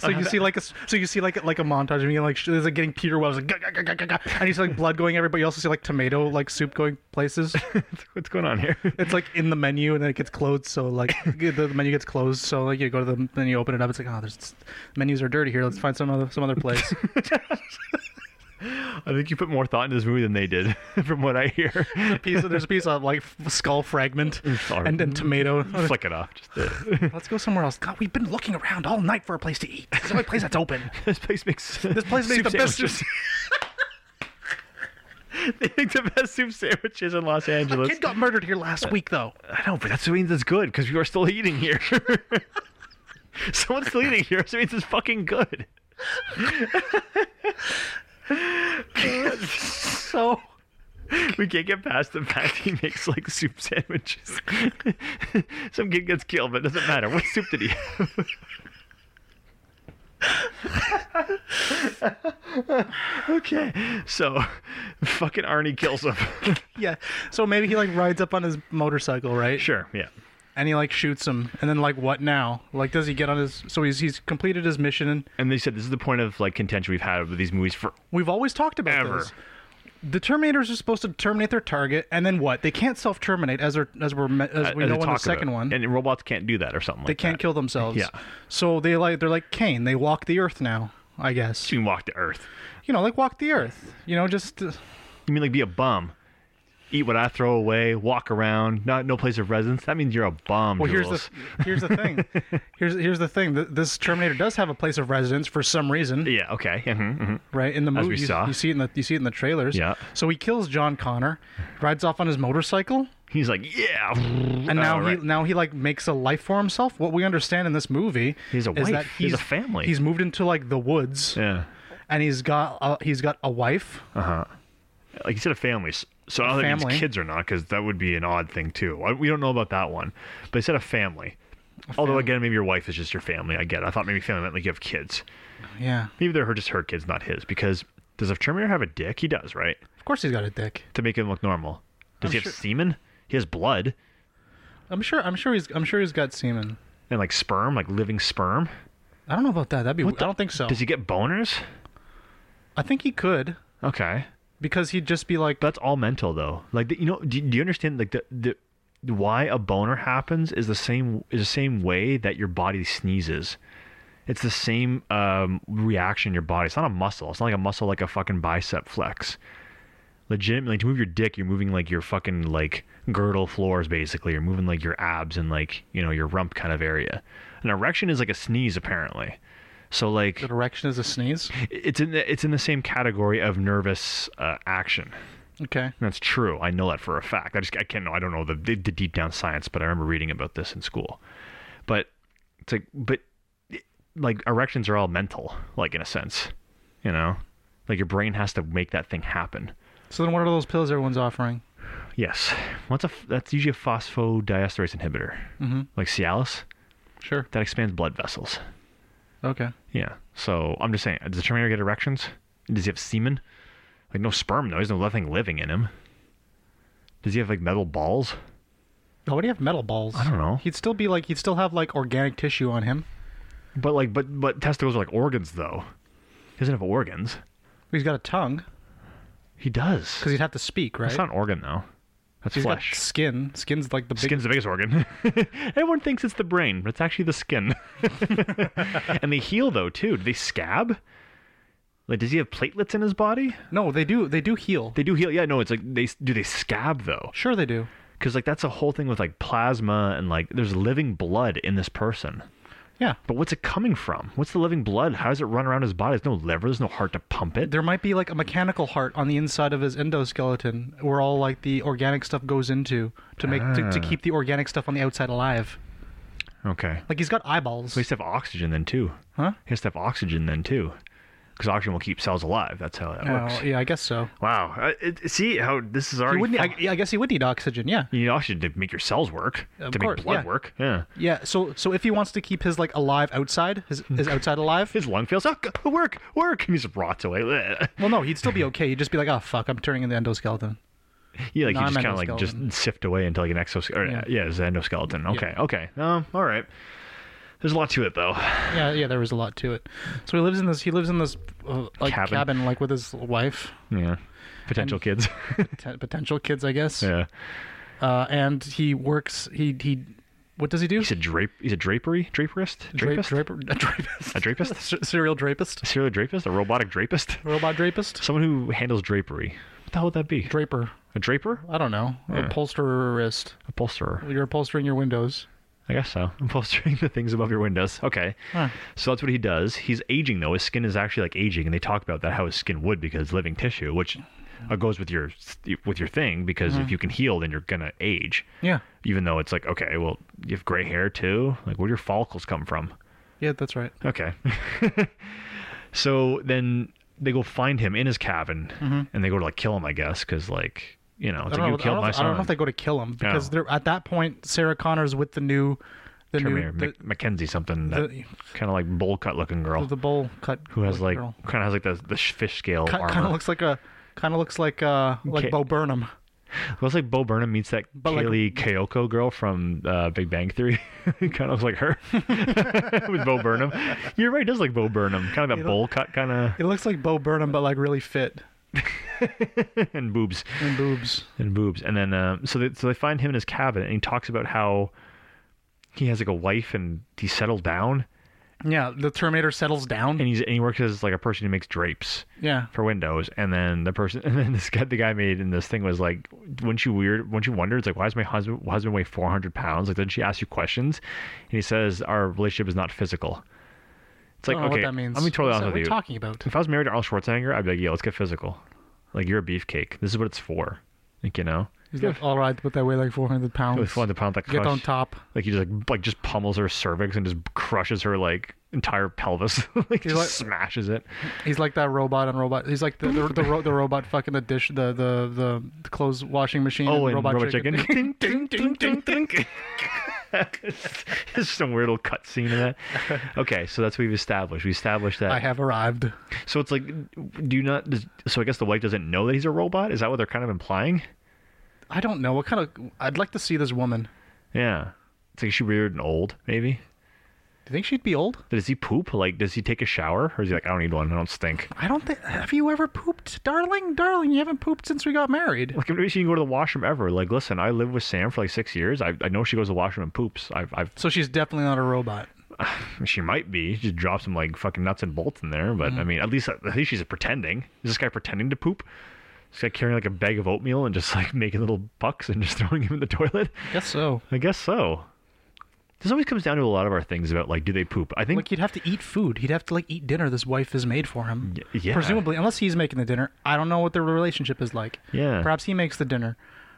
A: so you see like a, so you see like like a montage of me like sh- there's like getting Peter Wells like, "Gah, gah, gah, gah, gah, gah," and you see like blood going everywhere. but You also see like tomato like soup going places.
B: What's going on here?
A: It's like in the menu and then it gets closed. So like the the menu gets closed. So like you go to the menu, open it up. It's like oh, there's menus are dirty here. Let's find some other some other place.
B: I think you put more thought into this movie than they did, from what I hear.
A: piece of, there's a piece of like f- skull fragment
B: sorry.
A: and then tomato.
B: Flick it off. Just
A: Let's go somewhere else. God, we've been looking around all night for a place to eat. It's the only place that's open.
B: This place makes
A: This place makes the best. Soup.
B: they make the best soup sandwiches in Los Angeles.
A: Kid got murdered here last week, though.
B: I know, but that means it's good because you are still eating here. Someone's still eating here, so it means it's fucking good.
A: So
B: We can't get past the fact he makes like soup sandwiches. Some kid gets killed, but it doesn't matter. What soup did he have? okay, so fucking Arnie kills him.
A: yeah, so maybe he like rides up on his motorcycle, right?
B: sure, yeah.
A: And he like shoots him, and then like what now? Like does he get on his? So he's he's completed his mission.
B: And they said this is the point of like contention we've had with these movies for
A: We've always talked about
B: Ever.
A: this. The Terminators are supposed to terminate their target, and then what? They can't self-terminate, as are, as we're me- as we
B: as
A: know in
B: a uh, talk
A: the
B: about.
A: second one.
B: And robots can't do that or something.
A: they can't kill themselves.
B: Yeah.
A: So they like they're like Cain. They walk the earth now. I guess.
B: You mean walk to Earth?
A: You know, like walk the earth. You know, just uh,
B: You mean like be a bum? Eat what I throw away, walk around, not no place of residence. That means you're a bum.
A: well. Here's
B: Jules.
A: the here's the thing. here's here's the thing. Th- This Terminator does have a place of residence for some reason,
B: yeah. Okay. mhm, mhm.
A: right? In the
B: As
A: movie,
B: we
A: you,
B: saw.
A: you see it in the you see it in the trailers.
B: Yeah.
A: So he kills John Connor, rides off on his motorcycle,
B: He's like, yeah.
A: and now
B: Oh,
A: he
B: right.
A: now he like makes a life for himself. What we understand in this movie
B: He's a
A: is that
B: wife. He has a family.
A: He's moved into like the woods,
B: yeah.
A: and he's got a, he's got a wife.
B: Like he said, a family. s- So I don't think
A: family.
B: it's kids or not, because that would be an odd thing too. I- We don't know about that one, but he said a family. Although again, maybe your wife is just your family. I get. It. I thought maybe family meant like you have kids.
A: Yeah.
B: Maybe they're her, just her kids, not his. Because does a Terminator have a dick? He does, right?
A: Of course, he's got a dick.
B: To make him look normal. Does
A: I'm
B: he have
A: sure-
B: semen? He has blood
A: I'm sure. I'm sure he's. I'm sure he's got semen.
B: and like sperm, like living sperm.
A: I don't know about that. That'd be.
B: What the-
A: I don't think so.
B: Does he get boners?
A: I think he could
B: Okay,
A: because he'd just be like.
B: that's all mental though. Like the, you know, do, do you understand? Like the the why a boner happens is the same is the same way that your body sneezes. It's the same um, reaction in your body. It's not a muscle. It's not like a muscle like a fucking bicep flex. Legitimately, to move your dick, you're moving like your fucking like girdle floors basically. You're moving like your abs and like you know your rump kind of area. An erection is like a sneeze apparently. So like
A: An erection is a sneeze.
B: it's in the, it's in the same category of nervous uh, action.
A: Okay.
B: That's true. I know that for a fact. I just I can't know. I don't know the, the the deep down science, but I remember reading about this in school. But it's like, but like erections are all mental, like in a sense, you know, like your brain has to make that thing happen.
A: So then, what are those pills everyone's offering?
B: Yes, what's a f- that's usually a phosphodiesterase inhibitor, mm-hmm. like Cialis,
A: Sure.
B: that expands blood vessels.
A: Okay.
B: Yeah. So I'm just saying, does the Terminator get erections? Does he have semen? Like no sperm though. There's no nothing living in him. Does he have like metal balls?
A: Now, why do you have metal balls?
B: I don't know.
A: He'd still be like, he'd still have like organic tissue on him.
B: But like, but but testicles are like organs though. He doesn't have organs.
A: He's got a tongue
B: He does.
A: because he'd have to speak, right?
B: It's not an organ though. That's
A: He's
B: flesh.
A: got skin. Skin's like the big.
B: Skin's the biggest organ. Everyone thinks it's the brain, but it's actually the skin. and they heal though too. Do they scab? Like, does he have platelets in his body?
A: No, they do. They do heal.
B: They do heal. Yeah, no, it's like they do they scab though.
A: sure, they do.
B: because like that's a whole thing with like plasma and like there's living blood in this person
A: Yeah.
B: but what's it coming from what's the living blood how does it run around his body there's no liver there's no heart to pump it
A: There might be like a mechanical heart on the inside of his endoskeleton, where all like the organic stuff goes into to make to,
B: Ah.
A: to keep the organic stuff on the outside alive.
B: okay
A: Like he's got eyeballs.
B: he has to have oxygen then too
A: Huh?
B: he has to have oxygen then too because oxygen will keep cells alive that's how that
A: Oh,
B: works
A: yeah, I guess so.
B: wow Uh, it, see how this is
A: He
B: already
A: would need,
B: fu-
A: I, yeah, I guess he would need oxygen. Yeah.
B: you need oxygen to make your cells work
A: Of
B: to
A: course,
B: make blood
A: yeah.
B: work yeah
A: Yeah. So so if he wants to keep his like alive outside, his his outside alive.
B: his lung fails oh g- work work and he just rots away
A: Well, no, he'd still be okay. He'd just be like, oh fuck, I'm turning into endoskeleton.
B: Yeah, like you just kind of like
A: Non-endoskeleton.
B: just sift away into like an exoskeleton.
A: Yeah.
B: Yeah, yeah it's an endoskeleton. Okay, okay. Um, all right. There's a lot to it though.
A: Yeah, yeah, there was a lot to it. So he lives in this. He lives in this uh, like cabin.
B: Cabin.
A: like with his wife,
B: Yeah, potential kids.
A: ten, potential kids, I guess.
B: yeah,
A: Uh, and he works. He he. What does he do?
B: he's a drape. He's a drapery draperist.
A: Drape,
B: Drapist.
A: draper, a drapist.
B: A drapist.
A: C- serial drapist.
B: A serial drapist. A robotic drapist.
A: Robot drapist.
B: Someone who handles drapery. What the hell would that be?
A: Draper.
B: A draper?
A: I don't know. Upholsterist.
B: Upholsterer.
A: You're upholstering your windows.
B: I guess so. Upholstering the things above your windows. Okay.
A: Huh.
B: So that's what he does. He's aging though. His skin is actually like aging, and they talk about that how his skin would because it's living tissue, which uh, goes with your with your thing because if you can heal, then you're gonna age.
A: Hmm. Yeah.
B: Even though it's like okay, well you have gray hair too. Like where do your follicles come from?
A: Yeah, that's right.
B: Okay. so then they go find him in his cabin, and they go to like kill him, I guess, because like you know it's
A: Mm-hmm. I don't,
B: like you
A: know, I, don't,
B: killed my
A: know if- I
B: son. Oh.
A: don't know if they go to kill him because
B: No.
A: they're at that point. Sarah Connor's with the new, the
B: Terminator,
A: new,
B: Mac- Mackenzie something, that
A: the-
B: kind of like bowl cut looking girl.
A: the, the bowl cut.
B: who has like
A: girl.
B: kind of has like the the sh- fish scale
A: Ki-
B: armor.
A: kind of looks like a kind of looks like uh like
B: Okay.
A: Bo Burnham.
B: looks like Bo Burnham meets that
A: But, like-
B: Kaylee Kyoko girl from uh, Big Bang Theory. kind of looks like her with Bo Burnham. You're right, it does like Bo Burnham, kind of that bowl cut kind of
A: It looks like Bo Burnham, but like really fit
B: and boobs
A: and boobs.
B: and boobs. And then uh, so they, so they find him in his cabin and he talks about how he has like a wife and he settled down
A: Yeah, the Terminator settles down.
B: and he's and he works as like a person who makes drapes.
A: yeah,
B: for Windows, and then the person, and then this guy, the guy made in this thing was like, wouldn't you weird? Wouldn't you wonder? It's like, why does my husband husband weigh four hundred pounds? Like, doesn't she ask you questions? And he says, our relationship is not physical. It's like,
A: I don't
B: okay,
A: know Oh, what that means.
B: I'm gonna be totally
A: What's that-
B: honest with
A: what
B: you.
A: are talking about?
B: if I was married to Arnold Schwarzenegger, I'd be like, yeah, let's get physical. Like, you're a beefcake. This is what it's for. Like, you know,
A: He's like, all right, but that weigh like 400 pounds.
B: with four hundred pounds, like
A: Get on
B: crush-
A: top.
B: Like, he just like, like just pummels her cervix and just crushes her like entire pelvis. like, just
A: like-
B: smashes it.
A: He's like that robot on robot. He's like the the, the, ro- the robot fucking the dish the the the clothes washing machine.
B: Oh,
A: and
B: and Robot, Chicken.
A: Ding, ding, ding, ding.
B: There's some weird little cutscene in that. Okay, so that's what we've established. We established that.
A: I have arrived.
B: So it's like, do you not? does- So I guess the wife doesn't know that he's a robot. Is that what they're kind of implying?
A: I don't know what kind of. I'd like to see this woman.
B: Yeah. It's like is she weird and old, maybe.
A: Do you think she'd be old?
B: Does he poop? Like, does he take a shower, or is he like, I don't need one. I don't stink.
A: I don't think. Have you ever pooped, darling? Darling, you haven't pooped since we got married.
B: Like, maybe she can go to the washroom ever. Like, listen, I lived with Sam for like six years. I, I know she goes to the washroom and poops. I've, I've
A: So she's definitely not a robot.
B: She might be. She just drops some like fucking nuts and bolts in there.
A: Mm-hmm.
B: But I mean, at least at least she's pretending. Is this guy pretending to poop? This guy carrying like a bag of oatmeal and just like making little bucks and just throwing him in the toilet.
A: Guess so.
B: I guess so. This always comes down to a lot of our things about like, do they poop? I think
A: Like he'd have to eat food. He'd have to like eat dinner this wife has made for him.
B: Y- yeah.
A: Presumably, unless he's making the dinner. I don't know what their relationship is like.
B: Yeah.
A: Perhaps he makes the dinner.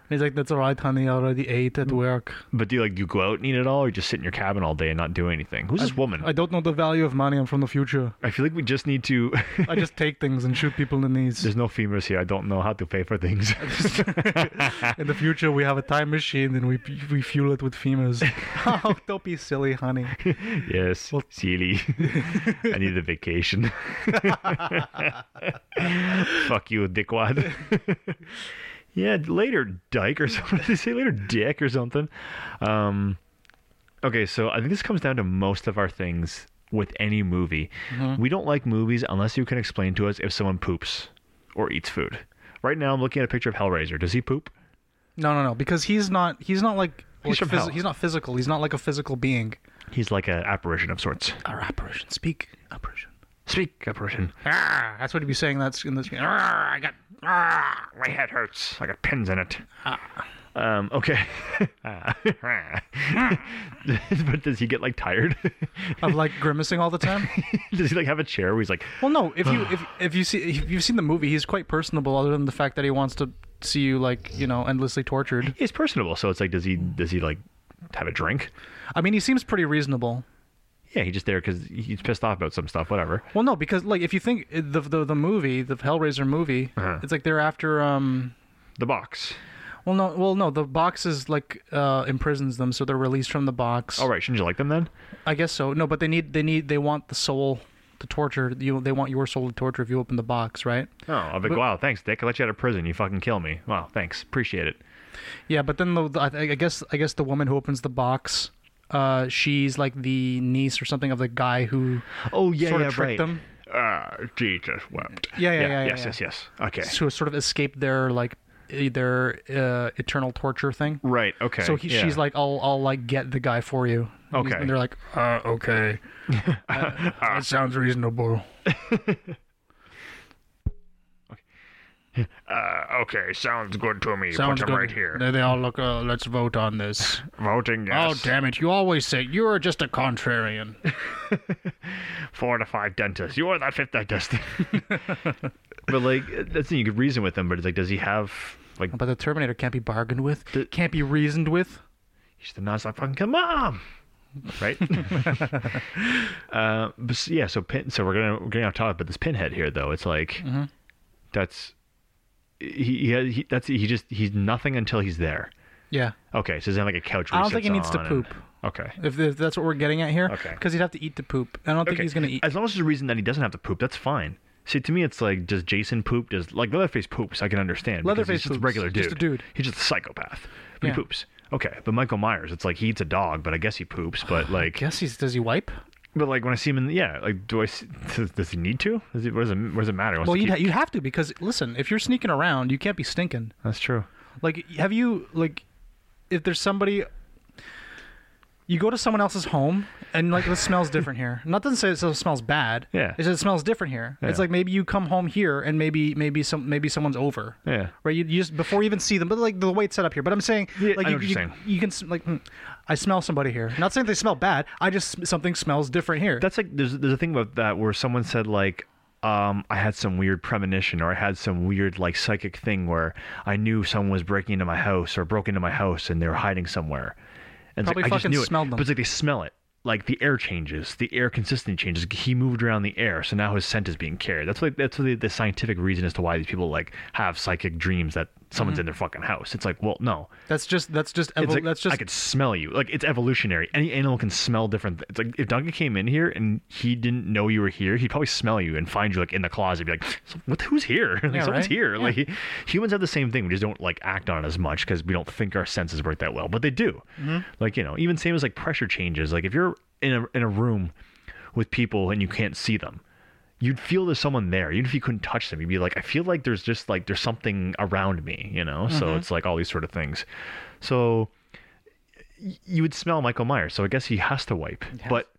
A: And he's like, "That's all right, honey. I already ate at work.
B: But do you like do you go out and eat it all, or just sit in your cabin all day and not do anything? Who's this woman?
A: I
B: I,
A: don't know the value of money. I'm from the future.
B: feel like we just need to.
A: I just take things and shoot people in the knees."
B: There's no femurs here. I don't know how to pay for things.
A: In the future, we have a time machine and we we fuel it with femurs. oh, don't be silly, honey.
B: yes, silly. I need a vacation. Fuck you, dickwad. yeah, later, dyke or something. They say later, dick or something. Um, okay, so I think this comes down to most of our things with any movie. We don't like movies unless you can explain to us if someone poops or eats food. Right now, I'm looking at a picture of Hellraiser. Does he poop?
A: No, no, no. Because he's not. He's not like.
B: He's
A: like
B: from hell.
A: he's not physical. He's not like a physical being.
B: He's like an apparition of sorts.
A: Our apparition. Speak apparition.
B: Speak, apparition.
A: Ah, that's what he'd be saying. That's in this. Ah, I got.
B: Ah, my head hurts. I got pins in it. Um, okay. Ah. but does he get like tired?
A: of like grimacing all the time.
B: does he like have a chair where he's like,
A: Well, no. If you if if you see if you've seen the movie, he's quite personable. Other than the fact that he wants to see you like you know endlessly tortured.
B: he's personable. So it's like, does he, does he like have a drink?
A: I mean, he seems pretty reasonable.
B: Yeah, he's just there because he's pissed off about some stuff, whatever.
A: Well, no, because like if you think eh, the the, the movie, the Hellraiser movie, it's like they're after um.
B: The box.
A: Well, no, well, no. The box is like uh imprisons them, so they're released from the box.
B: All right, shouldn't you like them then?
A: I guess so. No, but they need they need they want the soul to torture you. They want your soul to torture if you open the box, right?
B: Oh, I'll be like, wow, thanks, Dick. I let you out of prison. You fucking kill me. Wow, thanks. Appreciate it.
A: Yeah, but then the, the I I guess I guess the woman who opens the box, uh, she's like the niece or something of the guy who
B: Oh, yeah,
A: sort
B: yeah,
A: of tricked
B: right.
A: them
B: Ah, Jesus wept.
A: Yeah, yeah, yeah, yeah,
B: yes,
A: yeah.
B: yes, yes. Okay.
A: to sort of escape their like eh, their uh, eternal torture thing.
B: Right. Okay.
A: So he,
B: yeah.
A: she's like, I'll I'll like get the guy for you. And he's-
B: Okay.
A: And they're like, uh, okay, Uh, that sounds reasonable.
B: Uh, okay, sounds good to me.
A: Sounds
B: Put
A: good.
B: them right here.
A: They, they all look. Uh, let's vote on this.
B: Voting yes.
A: Oh damn it! You always say you're just a contrarian.
B: Four to five dentists. You are that fifth dentist. but like, that's the thing, you could reason with him. But it's like, does he have like?
A: But the Terminator can't be bargained with. can't be reasoned with.
B: He's the nonstop fucking come on. Right. uh, but s- yeah. So pin. So we're gonna we're getting off topic, but this pinhead here, though, it's like
A: Mm-hmm.
B: that's he, he, has- he that's he just he's nothing until he's there.
A: Yeah.
B: Okay, so he's on like a couch. Where
A: I don't think he
B: sits
A: needs to
B: on and-
A: poop.
B: Okay.
A: If, if that's what we're getting at here,
B: Okay.
A: because he'd have to eat to poop. I don't think
B: Okay.
A: he's gonna eat.
B: As long as there's a reason that he doesn't have to poop, that's fine. See, to me, it's like does Jason poop? Does like Leatherface poops? I can understand. because
A: Leatherface
B: he's just
A: poops.
B: a regular dude.
A: Just a dude.
B: He's just a psychopath. But
A: Yeah.
B: He poops. Okay, but Michael Myers, it's like he eats a dog, but I guess he poops. But like,
A: guess he's does he wipe?
B: but like when I see him in, yeah, like do I? See, does, does he need to? Does he, what does it? What does it matter? Wants
A: Well,
B: to
A: you'd
B: keep-
A: ha- you have to because listen, if you're sneaking around, you can't be stinking.
B: that's true.
A: Like, have you like, if there's somebody, you go to someone else's home and like this smells different here. Not doesn't say it so- smells bad.
B: Yeah.
A: it's just it smells different here. It's
B: Yeah.
A: like maybe you come home here and maybe maybe some maybe someone's over.
B: Yeah.
A: Right, you, you just before you even see them, but like the way it's set up here. But I'm saying,
B: Yeah,
A: like
B: I know
A: you,
B: what you're
A: you,
B: saying.
A: you can s- like, hmm, I smell somebody here. Not saying they smell bad. I just something smells different here.
B: That's like there's there's a thing about that where someone said like um I had some weird premonition or I had some weird like psychic thing where I knew someone was breaking into my house or broke into my house and they were hiding somewhere. And it's
A: Probably
B: like, I just
A: fucking
B: knew it.
A: smelled them.
B: But it's like they smell it. Like the air changes, the air consistency changes. He moved around the air, so now his scent is being carried. That's like that's the, the scientific reason as to why these people like have psychic dreams that someone's
A: Mm-hmm.
B: in their fucking house. It's like, well, no,
A: That's just that's just
B: it's
A: evol-
B: like,
A: that's just
B: I could smell you. Like it's evolutionary. Any animal can smell different. It's like if Duncan came in here and he didn't know you were here, he'd probably smell you and find you like in the closet. Be like, what? Who's here? Like,
A: Yeah,
B: someone's
A: right?
B: here. Like humans have the same thing. We just don't like act on it as much because we don't think our senses work that well. But they do.
A: Mm-hmm.
B: Like you know, even same as like pressure changes. Like if you're in a in a room with people and you can't see them. You'd feel there's someone there, even if you couldn't touch them. You'd be like, I feel like there's just like there's something around me, you know.
A: Mm-hmm.
B: So it's like all these sort of things. So you would smell Michael Myers, so I guess he has to wipe. But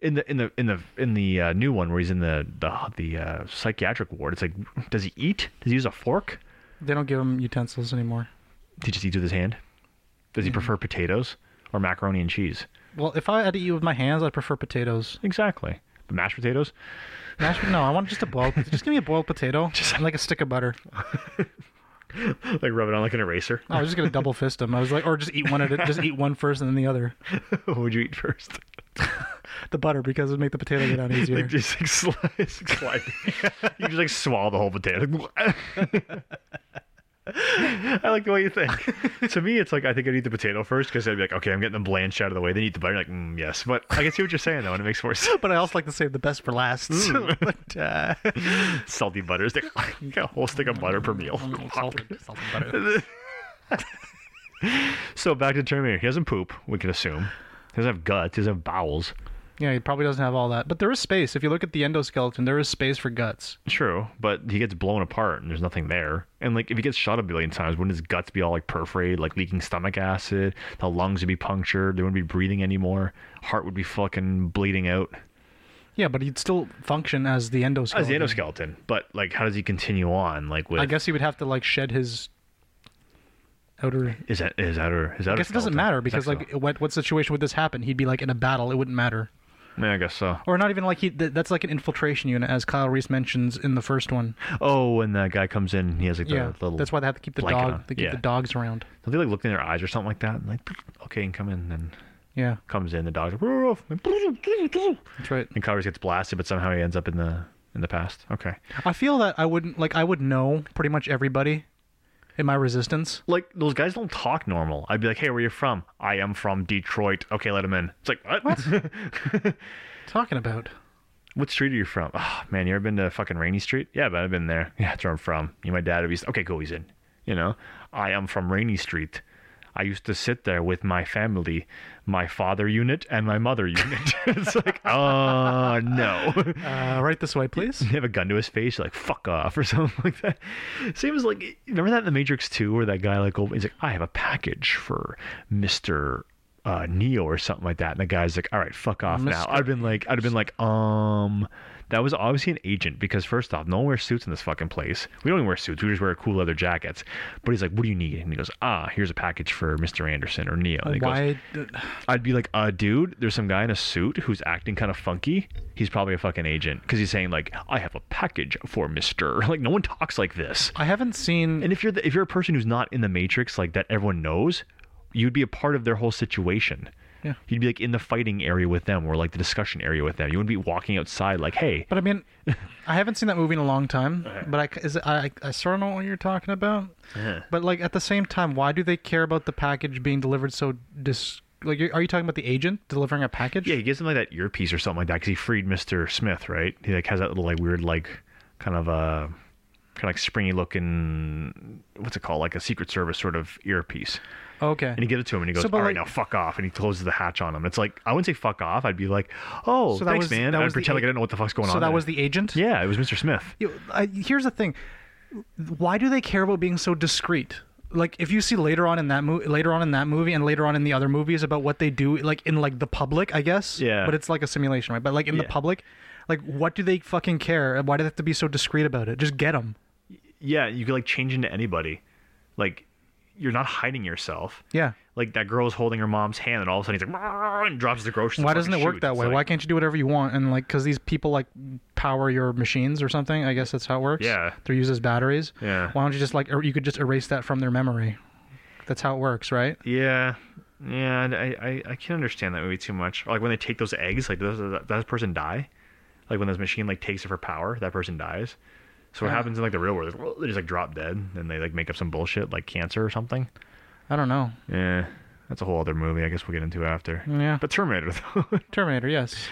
B: in the in the in the in the uh, new one where he's in the the the uh, psychiatric ward, it's like, does he eat? Does he use a fork?
A: they don't give him utensils anymore.
B: Mm-hmm. Does he just eat with his hand? Does he prefer potatoes or macaroni and cheese?
A: Well, if I had to eat with my hands, I'd prefer potatoes.
B: Exactly. But mashed potatoes?
A: Mashed, no, I want just a boiled. just give me a boiled potato and like a stick of butter.
B: Like rub it on like an eraser.
A: I was just gonna double fist them. I was like, or just eat one at a, just eat one first and then the other.
B: what would you eat first?
A: The butter because it'd make the potato get down easier.
B: Like just like slide, slide. you just like swallow the whole potato. I like the way you think. to me, it's like I think I'd eat the potato first because I'd be like, okay, I'm getting the blanch out of the way. Then eat the butter. Like, mm, yes, but I can see what you're saying though, and it makes more sense.
A: But I also like to save the best for last. but, uh,
B: Salty butter. It's like, you got a whole stick of butter per meal. so back to Terminator. He doesn't poop. We can assume he doesn't have guts. He doesn't have bowels.
A: Yeah, he probably doesn't have all that. But there is space. If you look at the endoskeleton, there is space for guts.
B: True, but he gets blown apart and there's nothing there. And like if he gets shot a billion times, wouldn't his guts be all like perforated, like leaking stomach acid? The lungs would be punctured. They wouldn't be breathing anymore. Heart would be fucking bleeding out.
A: Yeah, but he'd still function as the endoskeleton.
B: As the endoskeleton, but like how does he continue on? Like with
A: I guess he would have to like shed his outer.
B: is that is that or is that?
A: I guess it doesn't matter because like what what situation would this happen? He'd be like in a battle. It wouldn't matter.
B: yeah, I guess so.
A: Or not even like he. Th- that's like an infiltration unit, as Kyle Reese mentions in the first one.
B: Oh, when that guy comes in, he has like the
A: yeah,
B: little.
A: that's why they have to keep the
B: blanket
A: dog.
B: on.
A: They keep
B: Yeah.
A: the dogs around.
B: Don't they like look in their eyes or something like that? And like okay, and come in and
A: Yeah,
B: comes in. The dog's like, "Ruff," and
A: that's right.
B: and Cowries gets blasted, but somehow he ends up in the in the past. Okay.
A: I feel that I wouldn't like I would know pretty much everybody in my resistance.
B: like those guys don't talk normal. I'd be like, "Hey, where are you from?" "I am from Detroit." "Okay, let him in." It's like, "What? What,
A: Talking about
B: street are you from?" "Oh, man, you ever been to fucking Rainy Street?" "Yeah, but I've been there." "Yeah, that's where I'm from." "You my dad?" would be- "Okay, cool, he's in." You know, "I am from Rainy Street." I used to sit there with my family, my father unit and my mother unit. it's like, "Oh, no."
A: uh, right this way, please.
B: they have a gun to his face, like fuck off or something like that. Same as like remember that in the Matrix Two where that guy like op- he's like I have a package for Mister uh, Neo or something like that, and the guy's like all right fuck off now.
A: Mr.
B: I'd been like I'd have been like um that was obviously an agent because first off no one wears suits in this fucking place. We don't even wear suits. We just wear cool leather jackets. But he's like what do you need? And he goes ah here's a package for Mister Anderson or Neo. And he goes,
A: Why? d-
B: I'd be like, uh, dude, there's some guy in a suit who's acting kind of funky. He's probably a fucking agent because he's saying like, I have a package for Mister. Like, no one talks like this.
A: I haven't seen.
B: And if you're the, if you're a person who's not in the Matrix, like that everyone knows, you'd be a part of their whole situation.
A: Yeah.
B: You'd be like in the fighting area with them, or like the discussion area with them. You wouldn't be walking outside like, hey,
A: But I mean, I haven't seen that movie in a long time. But I c- is it- I I- I sort of know what you're talking about.
B: Uh-huh.
A: But like at the same time, why do they care about the package being delivered so dis? Like, you're- are you talking about the agent delivering a package?
B: Yeah, he gives him like that earpiece or something like that because he freed Mister Smith, right? He like has that little like weird like kind of uh, kind of like springy looking what's it called like a Secret Service sort of earpiece,
A: Okay.
B: and he gives it to him and he goes,
A: So, but,
B: "All right,
A: like-
B: now fuck off," and he closes the hatch on him. It's like I wouldn't say fuck off. I'd be like, "Oh,
A: So that
B: thanks,
A: was-
B: man."
A: that
B: I would
A: was the
B: pretend like
A: a-
B: I didn't know what the fuck's going
A: so
B: on.
A: that
B: there.
A: was the agent.
B: yeah, it was Mister Smith.
A: You- I, here's the thing. Why do they care about being so discreet? Like if you see later on in that movie, later on in that movie, and later on in the other movies about what they do, like in like the public, I guess.
B: Yeah.
A: But it's like a simulation, right? But like in the
B: Yeah.
A: public, like what do they fucking care? And Why do they have to be so discreet about it? Just get them.
B: Yeah, you could like change into anybody. Like you're not hiding yourself.
A: Yeah.
B: Like that girl's holding her mom's hand, and all of a sudden he's like, "Rah," and drops the groceries.
A: Why
B: and
A: doesn't it
B: fucking
A: work
B: shoots.
A: that
B: It's
A: way?
B: like-
A: Why can't you do whatever you want? And like, because these people like power your machines or something. I guess that's how it works.
B: Yeah.
A: They're used as batteries.
B: Yeah.
A: Why don't you just like, or you could just erase that from their memory. That's how it works, right?
B: Yeah, yeah, and I, I, I can't understand that movie too much. Or, Like when they take those eggs, like does does that person die? Like when this machine like takes it for power, that person dies. So what happens in like the real world? Is, they just like drop dead, and they like make up some bullshit like cancer or something.
A: I don't know.
B: Yeah, that's a whole other movie. I guess we'll get into after.
A: Yeah.
B: But Terminator though.
A: Terminator, yes.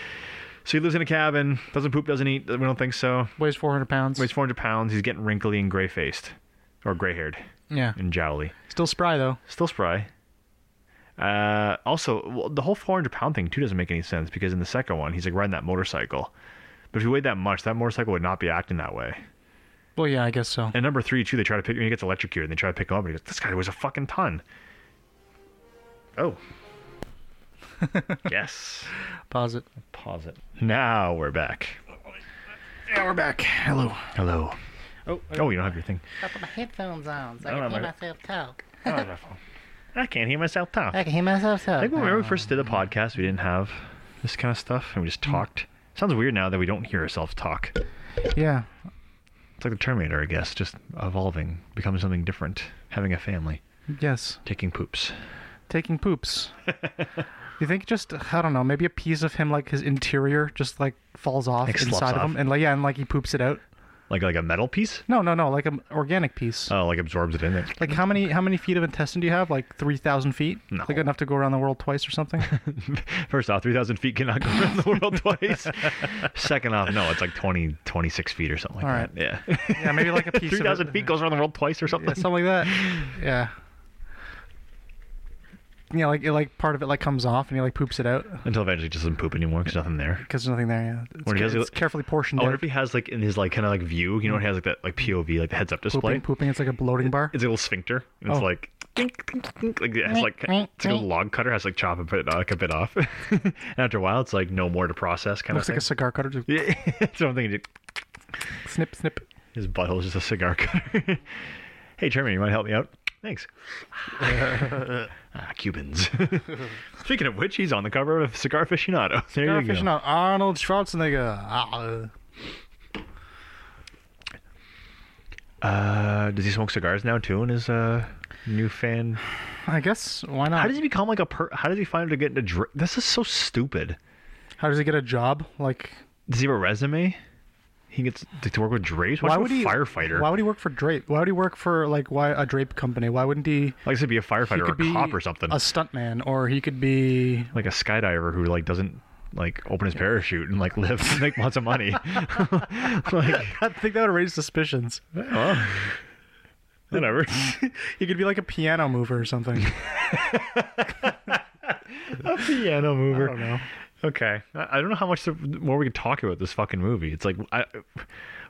B: so he lives in a cabin, doesn't poop, doesn't eat. We don't think so.
A: Weighs 400 pounds.
B: Weighs 400 pounds. He's getting wrinkly and gray faced, or gray haired
A: yeah.
B: and jowly.
A: Still spry though.
B: Still spry. Uh, also, well, the whole 400 pound thing too doesn't make any sense because in the second one, he's like riding that motorcycle. But if you weighed that much, that motorcycle would not be acting that way.
A: Well, yeah, I guess so.
B: And number three, too, they try to pick when he gets electrocuted, and they try to pick him up, and he goes, "This guy weighs a fucking ton." Oh. yes.
A: Pause it.
B: Pause it. Now we're back. Now we're back. Hello. Hello. Oh, you don't have your thing.
E: I put my headphones on so I
B: I don't have
E: can hear
B: my-
E: myself talk.
B: I don't have Oh, my phone. I can't hear myself talk. I
E: can hear myself talk.
B: think when we first
A: Um,
B: did the podcast, we didn't have this kind of stuff, and we
A: Hmm.
B: just talked. Sounds weird now that we don't hear ourselves talk.
A: Yeah.
B: It's like the Terminator, I guess, just evolving, becoming something different, having a family,
A: Yes.
B: taking poops.
A: Taking poops. you think just I don't know, maybe a piece of him like his interior just like falls off
B: Like, slops
A: inside of
B: off.
A: him and like yeah, and like he poops it out.
B: Like like a metal piece?
A: No, no, no, like an organic piece.
B: Oh, like absorbs it in there.
A: like how many how many feet of intestine do you have? Like three thousand feet?
B: No.
A: Like enough to go around the world twice or something?
B: First off, 3,000 feet cannot go around the world twice. Second off, no, it's like 20, 26 feet or something like
A: All right.
B: that. Yeah.
A: yeah, maybe like a piece of it-
B: 3,000 feet goes around the world twice or something.
A: yeah, something like that. Yeah. Yeah, like it, like part of it like comes off and he like poops it out
B: Until eventually it just doesn't poop anymore because nothing there.
A: because there's nothing there. Yeah, it's,
B: Or he has
A: ca-
B: a-
A: it's carefully portioned
B: I wonder
A: out.
B: if he has like in his like kind of like view, you know, it has like that like POV, like the heads up display.
A: Pooping, pooping. It's like a bloating bar.
B: It's a little sphincter, and it's
A: Oh.
B: like, tink, tink, tink, like it has like it's like a log cutter has to, like chop a bit like a bit off. and after a while, it's like no more to process kind
A: Looks
B: of
A: like a cigar cutter. Just
B: thing. yeah, that's what I'm thinking. dude.
A: snip, snip.
B: His butthole is just a cigar cutter. hey, Chairman, you want to help me out? Thanks. ah, Cubans. Speaking of which, he's on the cover of Cigar Aficionado. There
A: Cigar
B: you go.
A: fishing on Arnold Schwarzenegger. Ah,
B: Uh, does he smoke cigars now too? In his uh, new fan
A: I guess why not?
B: How does he become like a per? How does he find to get into? Dr- this is so stupid.
A: How does he get a job? Like
B: Does he have a resume? He gets to, to work with Drapes. Why,
A: why
B: should
A: would
B: a
A: he
B: firefighter?
A: Why would he work for Drape? Why would he work for like why a Drape company? Why wouldn't he?
B: like I said, be a
A: He
B: firefighter or a
A: could be
B: cop or something.
A: A stuntman, or he could be
B: like a skydiver who like doesn't like open his parachute and like live and make lots of money. like
A: I think that would raise suspicions.
B: well, whatever.
A: He could be like a piano mover or something.
B: Piano
A: I
B: mover.
A: don't know.
B: Okay, I, I don't know how much the, more we can talk about this fucking movie. It's like I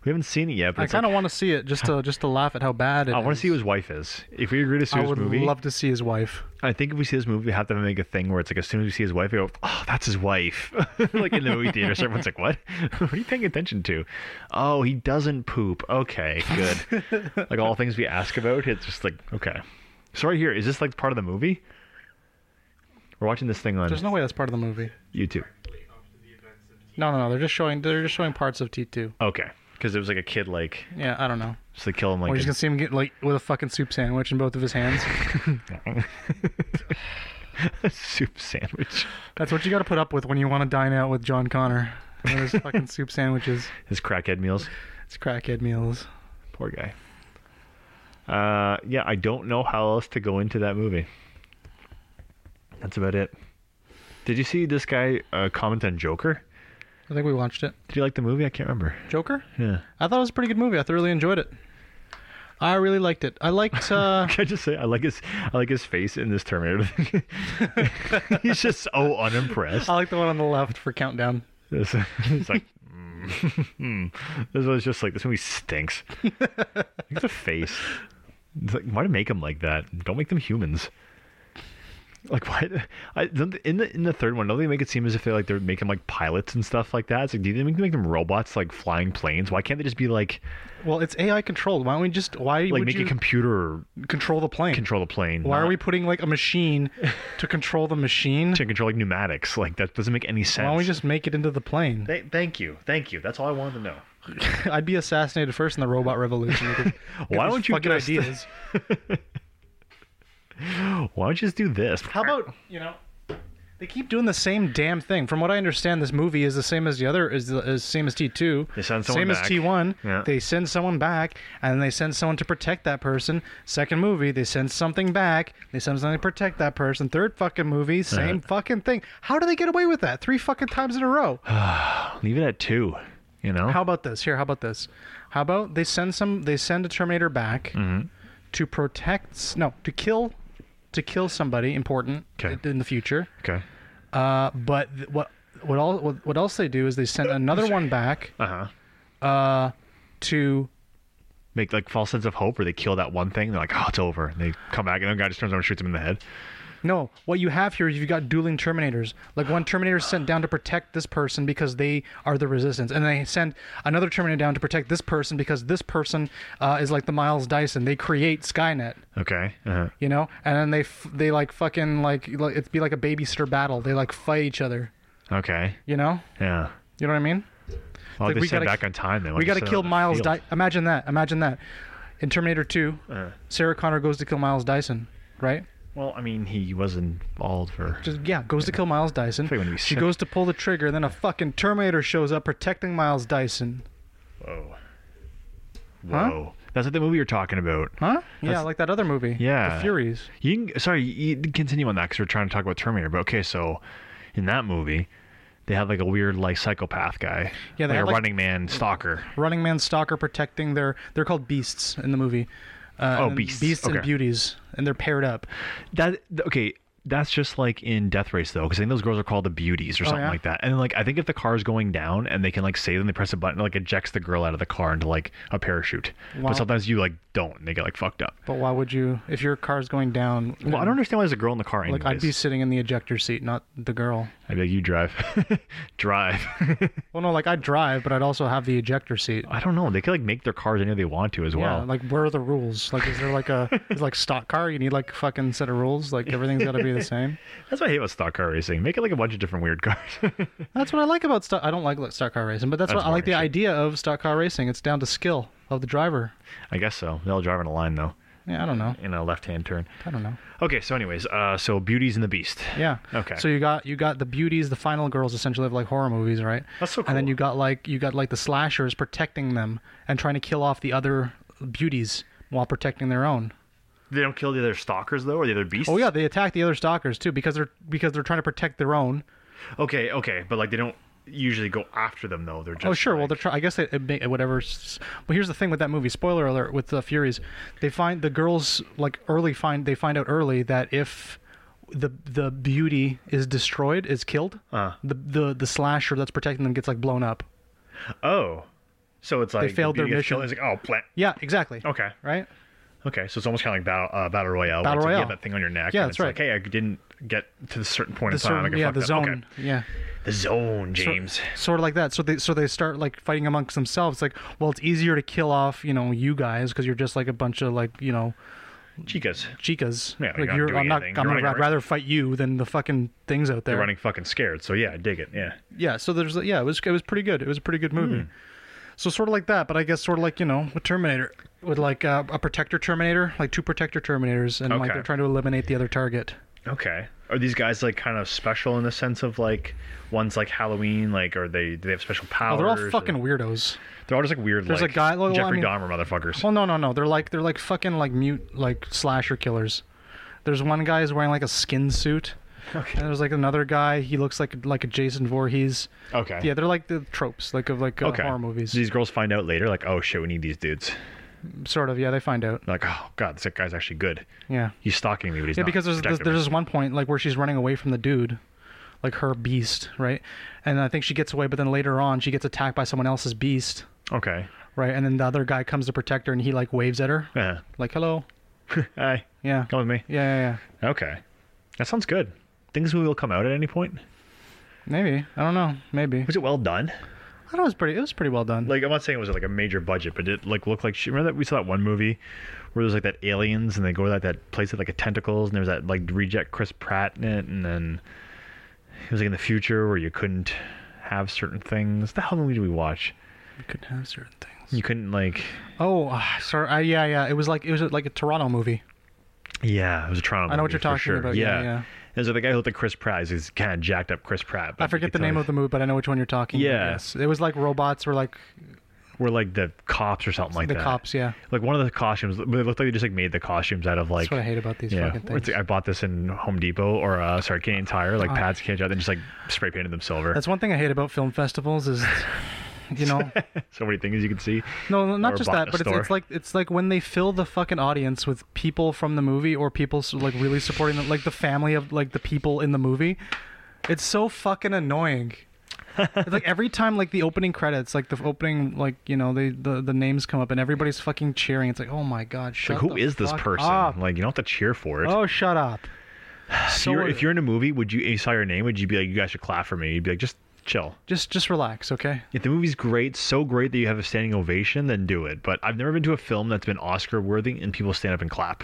B: we haven't seen it yet, but
A: I
B: it's like,
A: kind of want to see it just to just to laugh at how bad it
B: I want
A: is.
B: to see who his wife is. If we agree to see
A: I
B: this
A: would
B: movie,
A: love to see his wife.
B: I think if we see this movie, we have to make a thing where it's like as soon as we see his wife, we go, "Oh, that's his wife!" like in the movie theater, so everyone's like, "What? what are you paying attention to?" Oh, he doesn't poop. Okay, good. like all things we ask about, it's just like, okay. So right here, is this like part of the movie? We're watching this thing on
A: There's no way that's part of the movie.
B: YouTube.
A: No, no, no. They're just showing. They're just showing parts of T2.
B: Okay, because it was like a kid, like
A: Yeah, I don't know.
B: so they kill him
A: Or
B: like.
A: you just
B: in-
A: gonna see him get like with a fucking soup sandwich in both of his hands.
B: a soup sandwich.
A: That's what you got to put up with when you want to dine out with John Connor. One of his fucking soup sandwiches.
B: His crackhead meals.
A: It's crackhead meals.
B: Poor guy. Uh, yeah, I don't know how else to go into that movie. That's about it. Did you see this guy uh, comment on Joker?
A: I think we watched it.
B: Did you like the movie? I can't remember.
A: Joker.
B: Yeah.
A: I thought it was a pretty good movie. I thoroughly enjoyed it. I really liked it. I liked. Uh,
B: Can I just say I like his I like his face in this Terminator. He's just so unimpressed.
A: I like the one on the left for Countdown.
B: It's, it's like, mm, hmm. this was just like this movie stinks. Look at the face. It's like, why do you make them like that? Don't make them humans. Like why? I don't, in the in the third one, don't they make it seem as if they like they're making like pilots and stuff like that? It's like do they make them, make them robots like flying planes? Why can't they just be like
A: Well, it's AI controlled. Why don't we just? Why
B: like
A: would
B: make
A: you
B: a computer
A: control the plane?
B: control the plane?
A: Why are
B: not
A: we putting like a machine to control the machine?
B: to control like pneumatics? Like that doesn't make any sense.
A: Why don't we just make it into the plane?
B: Th- thank you, thank you. That's all I wanted to know.
A: I'd be assassinated first in the robot revolution. because-
B: Why
A: because
B: don't you
A: fucking
B: just-
A: ideas?
B: Why don't you just do this?
A: How about you know? They keep doing the same damn thing. From what I understand, this movie is the same as the other is the is same as T two.
B: They send someone
A: same
B: back.
A: as T one.
B: Yeah.
A: They send someone back, and then they send someone to protect that person. Second movie, they send something back. They send something to protect that person. Third fucking movie, same fucking thing. How do they get away with that three fucking times in a row?
B: leave it at two? You know.
A: How about this? Here, how about this? How about they send some? They send a Terminator back to protect. No, to kill, to kill somebody important
B: Okay.
A: in the future.
B: Okay.
A: Uh, but th- what what all what, what else they do is they send another one back uh,
B: Uh huh.
A: to
B: Make like false sense of hope, or they kill that one thing. They're like, oh, it's over. And they come back, and the guy just turns around and shoots him in the head.
A: No, what you have here is you've got dueling Terminators. Like one Terminator is sent down to protect this person because they are the resistance, and they send another Terminator down to protect this person because this person uh, is like the Miles Dyson. They create Skynet,
B: Okay. Uh,
A: you know, and then they f- they like fucking like like- it'd be like a babysitter battle. They like fight each other,
B: okay.
A: you know.
B: Yeah.
A: You know what I mean?
B: Well,
A: like
B: they
A: we
B: sent
A: gotta-
B: back on time. They
A: we
B: wanted
A: got to
B: send it
A: kill
B: on the
A: Miles.
B: field.
A: Dy imagine that. Imagine that. In Terminator Two,
B: Uh.
A: Sarah Connor goes to kill Miles Dyson, right?
B: Well, I mean, he was involved for.
A: Just yeah, goes to kill Miles Dyson.
B: Figured it'd be
A: She
B: sick.
A: goes to pull the trigger, then a fucking Terminator shows up protecting Miles Dyson.
B: Whoa.
A: Huh?
B: Whoa. That's like the movie you're talking about.
A: Huh? Yeah,
B: That's-
A: like that other movie.
B: Yeah.
A: The Furies.
B: You can, sorry, you you can continue on that because we're trying to talk about Terminator. But okay, so in that movie, they had like a weird like psychopath guy.
A: Yeah, they
B: like
A: had,
B: a
A: like-
B: running man stalker.
A: Running Man Stalker protecting their they're called beasts in the movie. Uh,
B: Oh,
A: and
B: beasts.
A: Beasts and
B: Okay.
A: beauties. And they're paired up.
B: That th- okay. That's just like in Death Race though, because I think those girls are called the beauties or something
A: yeah?
B: like that. And like I think if the car's going down and they can like save them, they press a button, it, like ejects the girl out of the car into like a parachute.
A: Wow.
B: But sometimes you like don't, and they get like fucked up.
A: But why would you if your car's going down
B: Well, I don't understand why there's a girl in the car. Anyways.
A: like I'd be sitting in the ejector seat, not the girl.
B: I'd be like, you drive, drive.
A: Well no, like I'd drive, but I'd also have the ejector seat.
B: I don't know. They could like make their cars any way they want to as well.
A: Yeah, like where are the rules? Like, is there like a is like stock car? You need like a fucking set of rules. Like everything's got to be the same.
B: That's what I hate about stock car racing. Make it like a bunch of different weird cars.
A: That's what I like about stock. I don't like stock car racing, but that's,
B: That's
A: what I like the
B: boring shit.
A: idea of stock car racing. It's down to skill of the driver.
B: I guess so. They all drive in a line though,
A: Yeah, I don't know.
B: in a left-hand turn.
A: I don't know.
B: Okay, so anyways, uh, so Beauties and the Beast.
A: Yeah.
B: Okay.
A: So you got you got the beauties, the final girls, essentially of like horror movies, right?
B: That's so
A: And then
B: cool.
A: you got like you got like the slashers protecting them and trying to kill off the other beauties while protecting their own.
B: They don't kill the other stalkers though, or the other beasts.
A: Oh yeah, they attack the other stalkers too because they're because they're trying to protect their own.
B: Okay, okay, but like they don't usually go after them though. They're just.
A: Oh sure. Well,
B: like-
A: they're try- I guess it, it may, whatever. s- But here's the thing with that movie. Spoiler alert: with the Furies, they find the girls like early find they find out early that if the the beauty is destroyed, is killed,
B: Uh.
A: the the the slasher that's protecting them gets like blown up.
B: Oh, so it's like the
A: failed their
B: Beauty gets killed,
A: mission.
B: It's like oh, plant.
A: Yeah, exactly.
B: Okay.
A: Right.
B: Okay, so it's almost kind of like battle, uh, battle royale.
A: Battle
B: where it's like,
A: Royale.
B: You have that thing on your neck.
A: Yeah,
B: and
A: that's
B: it's Like,
A: right.
B: hey, I didn't get to the certain point
A: The
B: in time. I
A: certain,
B: got
A: yeah,
B: fucked
A: the
B: up.
A: zone.
B: Okay.
A: Yeah.
B: The zone, James.
A: Sort of like that. So they so they start like fighting amongst themselves. Like, well, it's easier to kill off you know you guys because you're just like a bunch of like you know
B: Chicas,
A: chicas.
B: Yeah, you're
A: like
B: not
A: you're,
B: doing
A: I'm not. I'm
B: anything.
A: gonna
B: You're running
A: ra-
B: around.
A: rather fight you than the fucking things out there.
B: they're running fucking scared. So yeah, I dig it. Yeah.
A: yeah so there's yeah it was it was pretty good it was a pretty good movie
B: Hmm.
A: so sort of like that but i guess sort of like you know with terminator with like uh, a protector terminator like two protector terminators and like
B: Okay.
A: they're trying to eliminate the other target
B: Okay. Are these guys like kind of special in the sense of like one's like Halloween, like are they do they have special powers?
A: oh, they're all
B: or-
A: fucking weirdos
B: They're all just like weird.
A: There's a
B: like,
A: guy- well, I
B: Jeffrey
A: mean-
B: Dahmer motherfuckers.
A: well no no no they're like they're like fucking like mute like slasher killers there's one guy who's wearing like a skin suit and there's like another guy he looks like like a jason Voorhees.
B: Okay.
A: yeah they're like the tropes like of like uh,
B: Okay.
A: horror movies
B: So these girls find out later, like, oh shit, we need these dudes.
A: sort of yeah they find out
B: They're like, oh god, this guy's actually good.
A: yeah
B: He's stalking me, but he's
A: Yeah,
B: not
A: because there's there's,
B: protecting
A: there's
B: me.
A: this one point like where she's running away from the dude, like her beast, right? And I think she gets away, but then later on she gets attacked by someone else's beast,
B: okay.
A: right? And then the other guy comes to protect her, and he like waves at her,
B: Yeah.
A: like hello,
B: Hi,
A: yeah,
B: come with me.
A: yeah, yeah, yeah.
B: Okay, that sounds good. Things will come out at any point.
A: Maybe I don't know, maybe.
B: Was it well done?
A: I thought it was pretty. It was pretty well done.
B: Like I'm not saying it was like a major budget, but it like looked like she remember that we saw that one movie where there's like that aliens and they go to that, that place with like a tentacles and there's that like reject Chris Pratt in it and then it was like in the future where you couldn't have certain things. The hell movie did we watch?
A: we could have certain things.
B: You couldn't like
A: Oh, ah, sorry. I, yeah, yeah. It was like it was like a Toronto movie.
B: Yeah, it was a Toronto
A: I know what
B: movie
A: you're
B: for
A: talking
B: sure.
A: about, yeah, yeah.
B: And so the guy who looked like Chris Pratt is- is kinda jacked up Chris Pratt. but
A: I
B: you
A: forget the
B: could
A: name
B: tell
A: of the movie, but I know which one you're talking. about,
B: Yeah.
A: yes. it was like robots were like
B: were like the cops or something like
A: the
B: that.
A: cops. Yeah,
B: Like one of the costumes, but it looked like they just like made the costumes out of like
A: that's what I hate about these
B: Yeah,
A: fucking
B: Or it's
A: things. Oh,
B: like I bought this in Home Depot or uh, sorry, Canadian Tire, like pads cage out, and just like spray painted them silver.
A: That's one thing I hate about film festivals is, you know,
B: so many things you can see.
A: No, no, not
B: Or
A: just
B: bought
A: that,
B: in a
A: but it's,
B: store.
A: it's like it's like when they fill the fucking audience with people from the movie or people s- like really supporting them, like the family of like the people in the movie. It's so fucking annoying. it's like every time like the opening credits, like the opening like you know they the, the names come up and everybody's fucking cheering. It's like oh my god, shut
B: Like who
A: the
B: is this
A: fuck
B: person?
A: up.
B: Like you don't have to cheer for it.
A: oh shut up. So
B: if, you're,
A: are
B: if
A: they.
B: you're in a movie, would you, and you saw your name, would you be like, you guys should clap for me? You'd be like, just chill.
A: just just relax, okay?
B: If the movie's great, so great that you have a standing ovation, then do it. But I've never been to a film that's been Oscar worthy and people stand up and clap.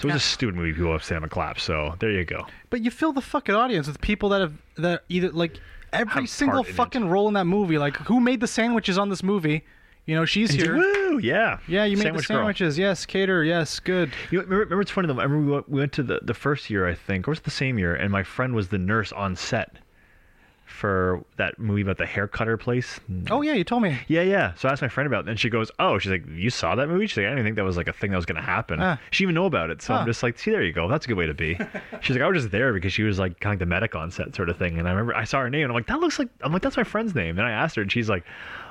B: So it's a stupid movie. People stand up and clap. So there you go.
A: But you fill the fucking audience with people that have that either like every
B: Have
A: single
B: part in it.
A: fucking role in that movie. Like who made the sandwiches on this movie? You know, she's here.
B: Woo! Yeah.
A: Yeah, you made
B: Sandwich
A: the
B: girl.
A: sandwiches. Yes, cater. Yes, good.
B: You know, remember, remember it's funny though. I remember we went, we went to the, the first year, I think, or was it the same year, and my friend was the nurse on set for that movie about the hair cutter place.
A: Oh yeah, you told me.
B: Yeah, yeah. So I asked my friend about it, and she goes, "Oh, she's like, you saw that movie?" She's like, "I didn't think that was like a thing that was gonna happen."
A: Ah.
B: She didn't even know about it, so
A: Huh.
B: I'm just like, "See, there you go. That's a good way to be." she's like, "I was just there because she was like kind of the medic on set sort of thing," and I remember I saw her name, and I'm like, "That looks like," I'm like, "That's my friend's name," and I asked her, and she's like,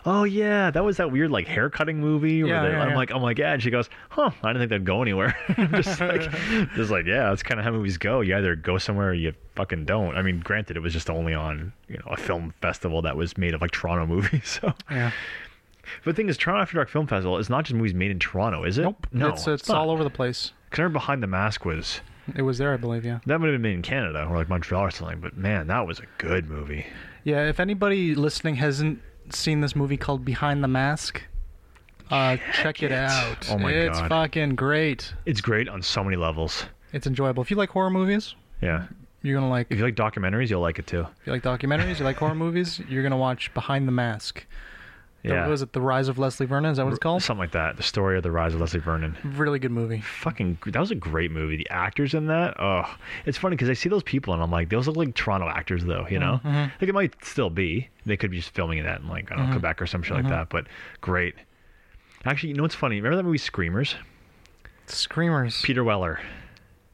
B: "Oh yeah, that was that weird like hair cutting movie." where
A: Yeah,
B: they-
A: yeah,
B: I'm
A: yeah.
B: like, "I'm like, yeah," and she goes, "Huh? I didn't think that'd go anywhere." I'm just like, just like, yeah, that's kind of how movies go. You either go somewhere or you fucking don't. I mean, granted, it was just only on you know a film festival that was made of like Toronto movies, so.
A: Yeah.
B: But the thing is, Toronto After Dark Film Festival is not just movies made in Toronto, is it?
A: Nope.
B: No,
A: it's it's
B: not.
A: all over the place.
B: 'Cause I remember Behind the Mask was
A: It was there, I believe. Yeah.
B: that would have been made in Canada or like Montreal or something. But man, that was a good movie.
A: Yeah. If anybody listening hasn't seen this movie called Behind the Mask, uh, check, it. out.
B: Oh my
A: it's
B: God.
A: fucking great.
B: It's great on so many levels.
A: It's enjoyable. If you like horror movies,
B: Yeah.
A: you're gonna like.
B: If you like documentaries, you'll like it too.
A: If you like documentaries, you like horror movies, you're gonna watch Behind the Mask. The-
B: Yeah.
A: What was it? The Rise of Leslie Vernon? Is that what it's called?
B: Something like that. The story of the rise of Leslie Vernon.
A: Really good movie.
B: Fucking, that was a great movie. The actors in that, oh, it's funny because I see those people and I'm like, those look like Toronto actors though, you know? Like it might still be. They could be just filming in that in like I don't know Quebec or some shit like that. But great. Actually, you know what's funny? Remember that movie Screamers?
A: Screamers.
B: Peter Weller,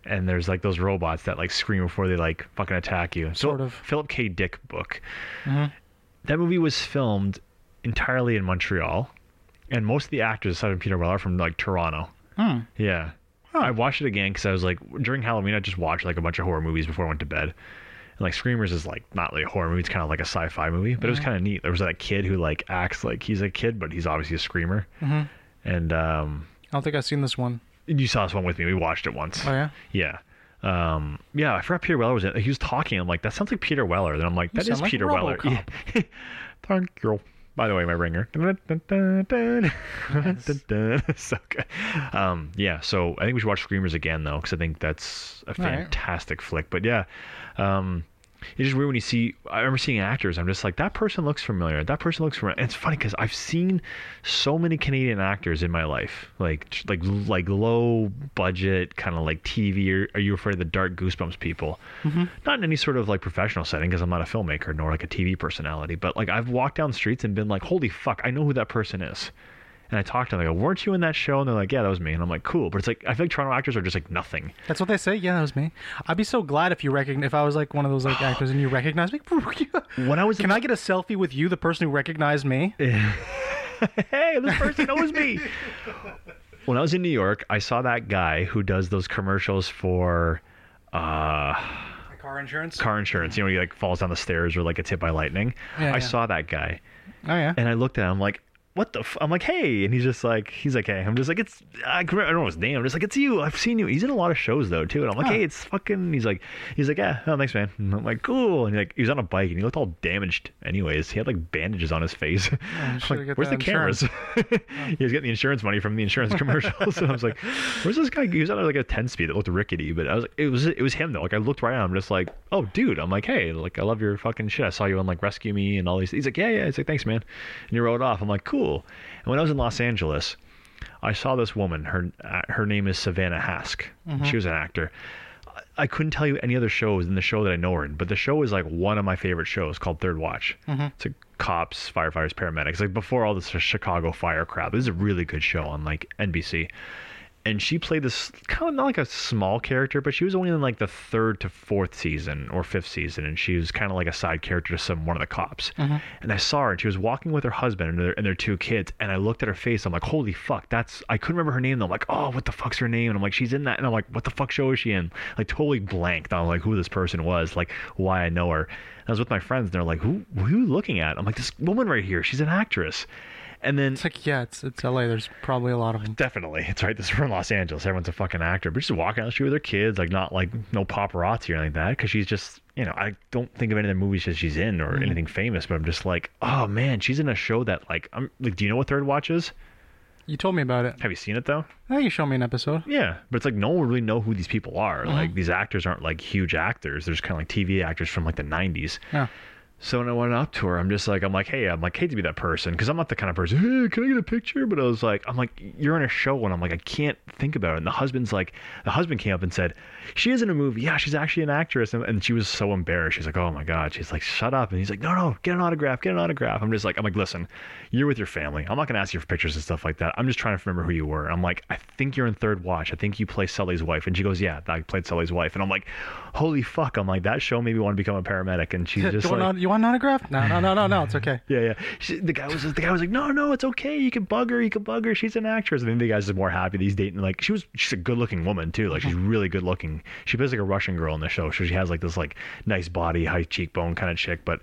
B: and there's like those robots that like scream before they like fucking attack you. So,
A: Sort of. Mm-hmm.
B: Philip K. Dick book. That movie was filmed entirely in Montreal, and most of the actors aside from Peter Weller are from like Toronto.
A: Hmm.
B: Yeah. I watched it again because I was like during Halloween I just watched like a bunch of horror movies before I went to bed. And like Screamers is like not really a horror movie, it's kinda like a sci fi movie. But it
A: Mm-hmm.
B: was kinda neat. There was that kid who like acts like he's a kid, but he's obviously a screamer.
A: Mm-hmm.
B: And um
A: I don't think I've seen this one.
B: you saw this one with me. We watched it once.
A: Oh yeah.
B: Yeah. Um, yeah, I forgot Peter Weller was in it. He was talking. I'm like, that sounds like Peter Weller. Then I'm like, that
A: sound
B: is
A: like
B: Peter Weller.
A: RoboCop.
B: Yeah. Thank you. By the way, my ringer. so good. Um, yeah, so I think we should watch Screamers again, though, because I think that's a
A: right.
B: fantastic flick. But yeah, um, it's just weird when you see. I remember seeing actors. I'm just like, that person looks familiar. That person looks familiar. And it's funny because I've seen so many Canadian actors in my life, like tr- like like low budget kind of like TV. Or, are you afraid of the dark goosebumps people? Not in any sort of like professional setting because I'm not a filmmaker nor like a TV personality. But like I've walked down streets and been like, holy fuck, I know who that person is. And I talked to them. I go, weren't you in that show? And they're like, yeah, that was me. And I'm like, cool. But it's like I feel like Toronto actors are just like nothing.
A: That's what they say. Yeah, that was me. I'd be so glad if you recognize. If I was like one of those like actors and you recognized me.
B: When I was
A: Can I get a selfie with you, the person who recognized me?
B: hey, this person knows me. when I was in New York, I saw that guy who does those commercials for uh,
A: Car insurance.
B: car insurance. You know, he like falls down the stairs or like gets hit by lightning.
A: Yeah,
B: I
A: yeah.
B: saw that guy
A: Oh yeah.
B: and I looked at him like, what the? F-? I'm like, hey, and he's just like, he's like, hey. I'm just like, it's I, can remember- I don't know his name. I'm just like, it's you. I've seen you. He's in a lot of shows though too. And I'm like,
A: Huh.
B: hey, it's fucking. He's like, he's like, yeah, oh, thanks, man. And I'm like, cool. And he, like, he was on a bike and he looked all damaged. Anyways, he had like bandages on his face. I'm
A: should've
B: like,
A: got
B: where's the
A: that Oh.
B: cameras? he was getting the insurance money from the insurance commercials. and I was like, where's this guy? He was on like a 10 speed that looked rickety, but I was like, it was it was him though. Like I looked right at him, just like, oh dude, I'm like, hey, like I love your fucking shit. I saw you on like Rescue Me and all these. He's like, yeah, yeah. He's like, thanks, man. And he rode off. I'm like, cool. And when I was in Los Angeles, I saw this woman. Her uh, her name is Savannah Hask.
A: Mm-hmm.
B: She was an actor. I- I couldn't tell you any other shows than the show that I know her in, but the show is like one of my favorite shows called Third Watch. It's like cops, firefighters, paramedics, like before all this Chicago fire crap. This is a really good show on like NBC. And she played this kind of not like a small character, but she was only in like the third to fourth season or fifth season, and she was kind of like a side character to some one of the cops. And I saw her, and she was walking with her husband and their, and their two kids. And I looked at her face. I'm like, holy fuck, that's I couldn't remember her name. Though. I'm like, oh, what the fuck's her name? And I'm like, she's in that. And I'm like, what the fuck show is she in? Like totally blanked on like who this person was, like why I know her. And I was with my friends, and they're like, who who are you looking at? I'm like, this woman right here. She's an actress. And then
A: It's like yeah, it's it's LA. There's probably a lot of them.
B: definitely, it's right. This we're in Los Angeles. Everyone's a fucking actor, but she's walking out the street with her kids, like not like no paparazzi or anything like that, because she's just you know I don't think of any of the movies that she's in or anything famous, but I'm just like, oh man, she's in a show that like I'm like, do you know what Third Watch is?
A: You told me about it.
B: Have you seen it though?
A: I think you showed me an episode.
B: Yeah, but it's like no one really know who these people are. Like these actors aren't like huge actors. They're just kind of like TV actors from like the '90s.
A: Yeah.
B: So when I went up to her, I'm just like, I'm like, hey, I'm like, hate to be that person because I'm not the kind of person. Hey, can I get a picture? But I was like, I'm like, you're in a show, and I'm like, I can't think about it. And the husband's like, the husband came up and said, she is in a movie. Yeah, she's actually an actress, and, and she was so embarrassed. She's like, oh my god. She's like, shut up. And he's like, no, no, get an autograph, get an autograph. I'm just like, I'm like, listen, you're with your family. I'm not gonna ask you for pictures and stuff like that. I'm just trying to remember who you were. And I'm like, I think you're in Third Watch. I think you play Sully's wife. And she goes, yeah, I played Sully's wife. And I'm like, holy fuck. I'm like, that show made me want to become a paramedic. And she's just
A: Do you,
B: like.
A: want an, you want an autograph? No, no, no, no, no. It's okay.
B: Yeah, yeah. She, the guy was the guy was like, no, no, it's okay. You can bug her. You can bug her. She's an actress. And then the guy's just more happy that he's dating. Like she was, she's a good looking woman too. Like she's really good looking. She plays like a Russian girl in the show, so she has like this like nice body, high cheekbone kind of chick. But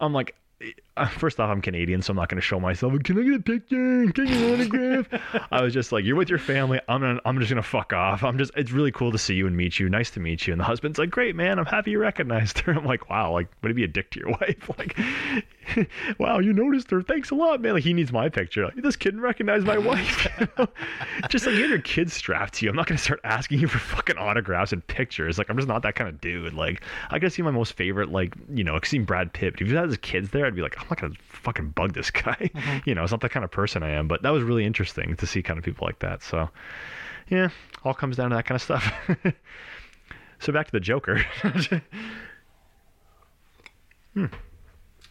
B: I'm like. uh, First off, I'm Canadian, so I'm not going to show myself. Can I get a picture? Can I get an autograph? I was just like, "You're with your family. I'm gonna, I'm just gonna fuck off. I'm just. It's really cool to see you and meet you. Nice to meet you." And the husband's like, "Great, man. I'm happy you recognized her." I'm like, "Wow. Like, would it be a dick to your wife? Like, wow, you noticed her. Thanks a lot, man. Like he needs my picture. Like, this kid recognized my wife. You know? just like you have your kids strapped to you. I'm not gonna start asking you for fucking autographs and pictures. Like I'm just not that kind of dude. Like I could see my most favorite, like you know, I've seen Brad Pitt. But if you had his kids there, I'd be like, I'm not gonna fucking bug this guy. You know, it's not that kind of person I am. But that was really interesting to see kind of people like that. So yeah, all comes down to that kind of stuff. so back to the Joker.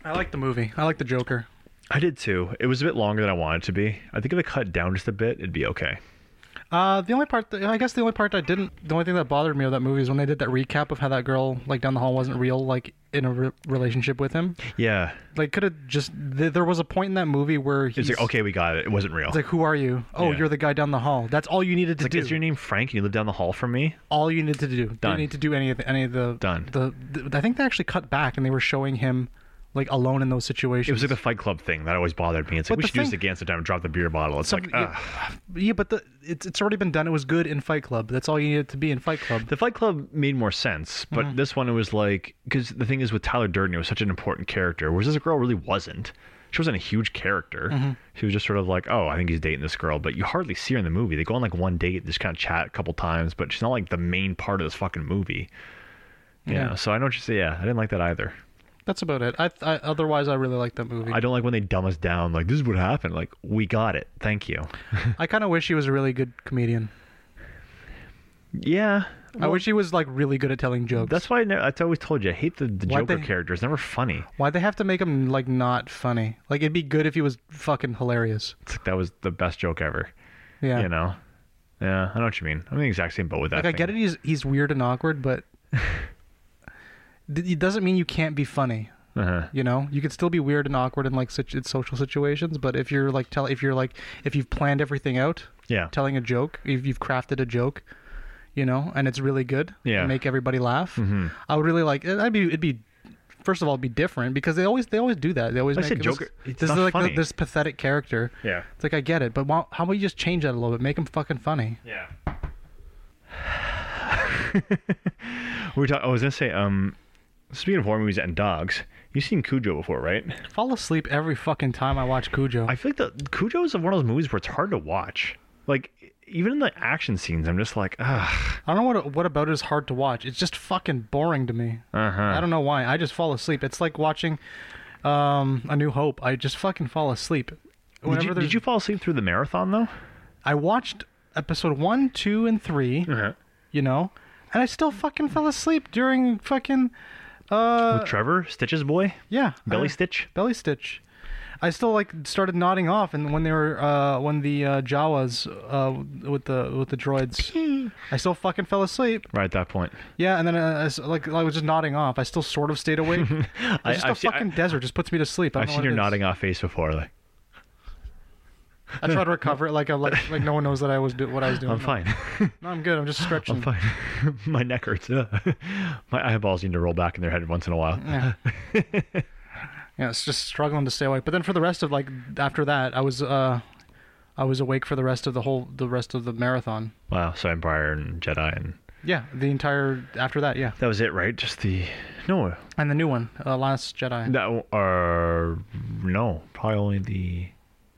A: I like the movie. I like the Joker.
B: I did too. It was a bit longer than I wanted it to be. I think if it cut down just a bit, it'd be okay.
A: Uh, the only part, that, I guess, the only part that didn't, the only thing that bothered me of that movie is when they did that recap of how that girl like down the hall wasn't real, like in a re- relationship with him.
B: Yeah.
A: Like, could have just th- there was a point in that movie where he's
B: It's like, okay, we got it. It wasn't real.
A: It's like, who are you? Oh,
B: Yeah.
A: you're the guy down the hall. That's all you needed to
B: Like,
A: do.
B: is your name Frank and you live down the hall from me?
A: all you needed to do.
B: Done.
A: Didn't need to do any of the, any of the
B: Done.
A: The, the I think they actually cut back and they were showing him like alone in those situations.
B: It was like the Fight Club thing that always bothered me. It's like,
A: But
B: we
A: the
B: should do this
A: thing-
B: again sometime and drop the beer bottle. It's like,
A: yeah.
B: ugh.
A: yeah, but the it's it's already been done. It was good in Fight Club. That's all you needed to be in Fight Club.
B: The Fight Club made more sense, but
A: Mm-hmm.
B: this one it was like because the thing is with Tyler Durden, it was such an important character, whereas this girl really wasn't. She wasn't a huge character.
A: Mm-hmm.
B: She was just sort of like, oh, I think he's dating this girl, but you hardly see her in the movie. They go on like one date, just kind of chat a couple times, but she's not like the main part of this fucking movie. Yeah.
A: Yeah.
B: So I know what you say. Yeah, I didn't like that either.
A: That's about it. I, I otherwise I really like that movie.
B: I
A: I,
B: don't like when they dumb us down. Like this is what happened. Like we got it. Thank you.
A: kind of wish he was a really good comedian.
B: Yeah.
A: I wish he was like really good at telling jokes.
B: That's why I, never, I always told you I hate the, the
A: Why'd
B: Joker
A: they-
B: character. It's never funny.
A: why they have to make him like not funny. Like it'd be good if he was fucking hilarious.
B: It's like that was the best joke ever.
A: Yeah.
B: You know? Yeah, I know what you mean. I'm in the exact same boat with that.
A: like I
B: thing.
A: get it. He's he's weird and awkward, but it doesn't mean you can't be funny.
B: Uh-huh.
A: You know, you could still be weird and awkward in like such in social situations, but if you're like tell if you're like if you've planned everything out,
B: Yeah.
A: telling a joke, if you've crafted a joke, you know, and it's really good,
B: Yeah. Mm-hmm.
A: make everybody laugh. I would really like. I'd be it'd be first of all it'd be different because they always they always do that. They always
B: I
A: make
B: said
A: this-
B: Joker-
A: This,
B: it's not
A: is like
B: funny.
A: this pathetic character.
B: Yeah.
A: It's like I get it, but why, how about you just change that a little bit? Make him fucking funny.
B: Yeah. we were talking. I was gonna say, um, speaking of horror movies and dogs, you've seen Cujo before, right?
A: Fall asleep every fucking time I watch Cujo.
B: I feel like the Cujo is one of those movies where it's hard to watch. Like even in the action scenes, I'm just like, ugh.
A: I don't know what what about it is hard to watch. It's just fucking boring to me.
B: Uh-huh.
A: I don't know why. I just fall asleep. It's like watching um, A New Hope. I just fucking fall asleep.
B: Did
A: Whenever
B: you,
A: there's-
B: did you fall asleep through the marathon though?
A: I watched episode one, two, and 3
B: Uh-huh.
A: You know, and I still fucking fell asleep during fucking uh,
B: With Trevor, Stitch's boy,
A: yeah
B: Belly
A: I-
B: Stitch.
A: belly stitch. I still like started nodding off, and when they were uh, when the uh, Jawas uh, with the with the droids, I still fucking fell asleep.
B: Right at that point.
A: Yeah, and then uh, I s- like I was just nodding off. I still sort of stayed awake.
B: I-
A: It's just
B: I've
A: the
B: seen- I-
A: fucking desert just puts me to sleep. I
B: I've
A: don't
B: seen
A: know
B: your
A: what it
B: nodding off face before. Like
A: is. I try to recover it like I like like no one knows that I was do- what I was doing.
B: I'm fine.
A: No, I'm good. I'm just stretching.
B: I'm fine. My neck hurts. Ugh. My eyeballs need to roll back in their head once in a while.
A: Yeah. yeah, it's just struggling to stay awake. But then for the rest of like after that, I was uh, I was awake for the rest of the whole the rest of the marathon.
B: Wow. So Empire and Jedi and
A: Yeah, the entire after that, yeah,
B: that was it, right? Just the no,
A: and the new one, uh, Last Jedi,
B: that or no, probably only the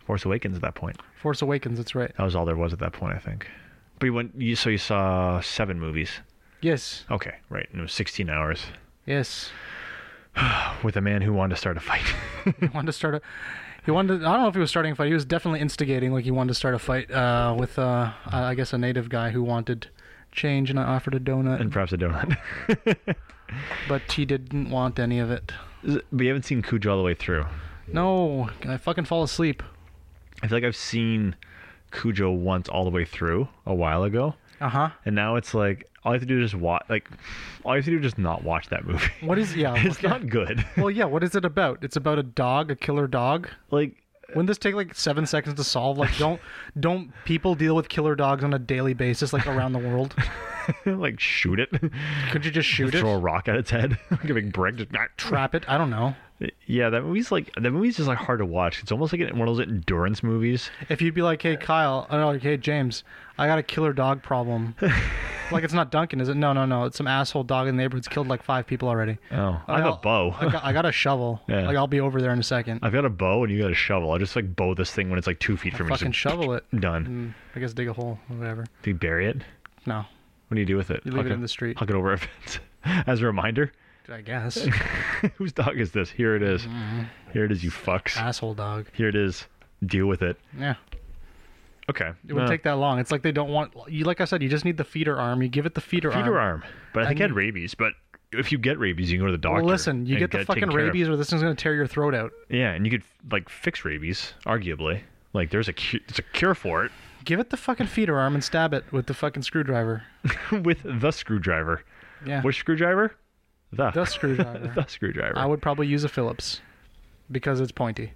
B: Force Awakens at that point.
A: Force Awakens. That's right.
B: That was all there was at that point, I think. But you went, you so you saw seven movies.
A: Yes,
B: Okay, right. And it was 16 hours
A: yes.
B: with a man who wanted to start a fight.
A: He wanted to start a. He wanted. To, I don't know if he was starting a fight. He was definitely instigating. Like he wanted to start a fight uh, with, uh, I I guess, a native guy who wanted change, and I offered a donut,
B: and perhaps a donut.
A: but he didn't want any of it.
B: we haven't seen Cujo all the way through.
A: No, I fucking fall asleep.
B: I feel like I've seen Cujo once all the way through a while ago,
A: Uh huh.
B: and now it's like all I have to do is just watch. Like all you have to do is just not watch that movie.
A: What is yeah?
B: It's
A: okay.
B: not good.
A: Well, yeah. What is it about? It's about a dog, a killer dog.
B: like
A: Wouldn't this take like seven seconds to solve? Like, don't don't people deal with killer dogs on a daily basis, like around the world?
B: like shoot it,
A: Could you just shoot
B: throw a
A: it,
B: rock at its head, like a big brick. Just
A: trap it? I don't know.
B: yeah, that movie's like that movie's just like hard to watch. It's almost like one of those endurance movies.
A: If you'd be like, hey Kyle, oh no, like, hey James, I got a killer dog problem. like it's not Duncan, is it? No, no, no. It's some asshole dog in the neighborhood's killed like five people already.
B: Oh, I have a
A: I'll-
B: bow.
A: I got, I got a shovel.
B: Yeah.
A: Like I'll be over there in a second.
B: I've got a bow and you got a shovel. I'll just like bow this thing when it's like two feet from me. Just
A: Fucking shovel it.
B: Done.
A: And I guess dig a hole or whatever.
B: Do you bury it?
A: No,
B: What do you do with it?
A: Mm. You leave
B: Huck
A: it in the street.
B: Huck it over a fence. As a reminder,
A: I guess
B: whose dog is this? Here it is.
A: Mm-hmm.
B: Here it is, you fucks.
A: asshole dog.
B: Here it is. Deal with it.
A: Yeah.
B: Okay.
A: It wouldn't
B: Uh,
A: take that long. It's like they don't want you. Like I said, you just need the feeder arm. You give it the feeder,
B: feeder
A: arm.
B: arm. But I think I had rabies. But if you get rabies, you can go to the doctor.
A: Well, listen, you
B: and
A: get the
B: it taken
A: fucking
B: care of.
A: rabies, or this thing's gonna tear your throat out.
B: Yeah, and you could like fix rabies, arguably. Like there's a cu- it's a cure for it
A: Give it the fucking feeder arm and stab it with the fucking screwdriver.
B: with the screwdriver.
A: Yeah.
B: Which screwdriver? The
A: The screwdriver.
B: the screwdriver.
A: I would probably use a Phillips because it's pointy.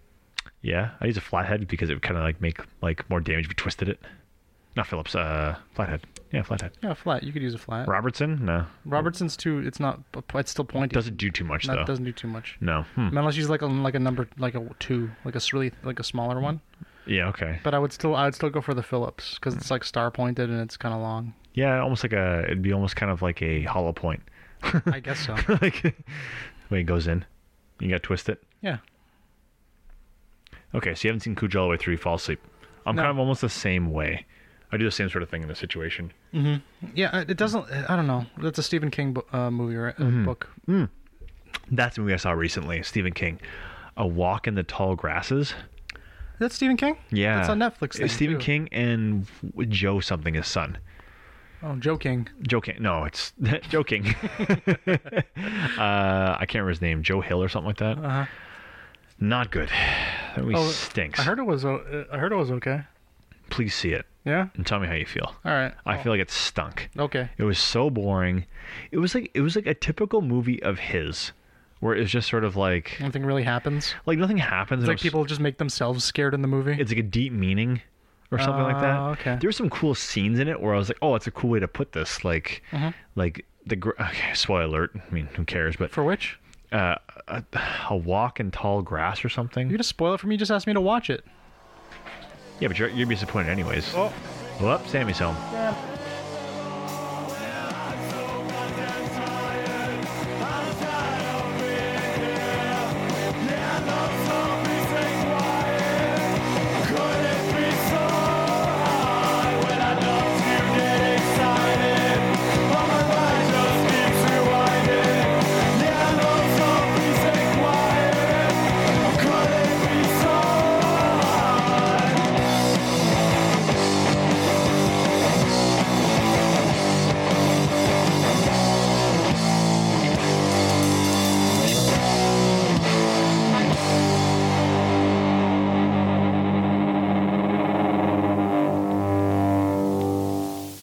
B: Yeah, I use a flathead because it would kind of like make like more damage if you twisted it. Not Phillips, uh, flathead. Yeah, flathead.
A: Yeah, flat. You could use a flat.
B: Robertson, no,
A: Robertson's too. It's not. It's still pointy.
B: doesn't do too much
A: Not-
B: though.
A: doesn't do too much.
B: No. Hmm.
A: Unless she's like a, like a number like a two, like a s- really like a smaller one.
B: Yeah. Okay.
A: But I would still I would still go for the Phillips because it's like star pointed and it's kind of long.
B: Yeah, almost like a. It'd be almost kind of like a hollow point.
A: I guess so.
B: like when it goes in, you gotta twist it.
A: Yeah.
B: Okay, so you haven't seen Cujo all the way through. You fall asleep. I'm
A: No.
B: kind of almost the same way. I do the same sort of thing in this situation.
A: Yeah, uh, it it doesn't. I don't know. That's a Stephen King bo- uh, movie or uh book.
B: That's a movie I saw recently. Stephen King, A Walk in the Tall Grasses.
A: Is that Stephen King?
B: Yeah,
A: That's on Netflix.
B: It's
A: thing,
B: Stephen
A: too.
B: King and Joe something, his son.
A: Oh, Joe King.
B: joking. No, it's joking. uh, I can't remember his name. Joe Hill or something like that.
A: Uh-huh.
B: Not good. That movie
A: Oh,
B: stinks.
A: I heard it was. o- uh, I heard it was okay.
B: Please see it
A: Yeah.
B: and tell me how you feel.
A: All right.
B: I feel like it stunk.
A: Okay.
B: It was so boring. It was like it was like a typical movie of his, where it was just sort of like
A: Nothing really happens.
B: like nothing happens.
A: It's
B: and it
A: like
B: was-
A: people just make themselves scared in the movie.
B: It's like a deep meaning. Or something like that.
A: Oh, okay.
B: There were some cool scenes in it where I was like, "Oh, that's a cool way to put this." Like,
A: Mm-hmm.
B: like the gr- okay, spoiler alert. I mean, who cares? But
A: for which?
B: uh, a, a walk in tall grass or something.
A: You're gonna spoil it for me. You just asked me to watch it.
B: Yeah, but you're, you'd be disappointed anyways. Oh, well, Sammy's home.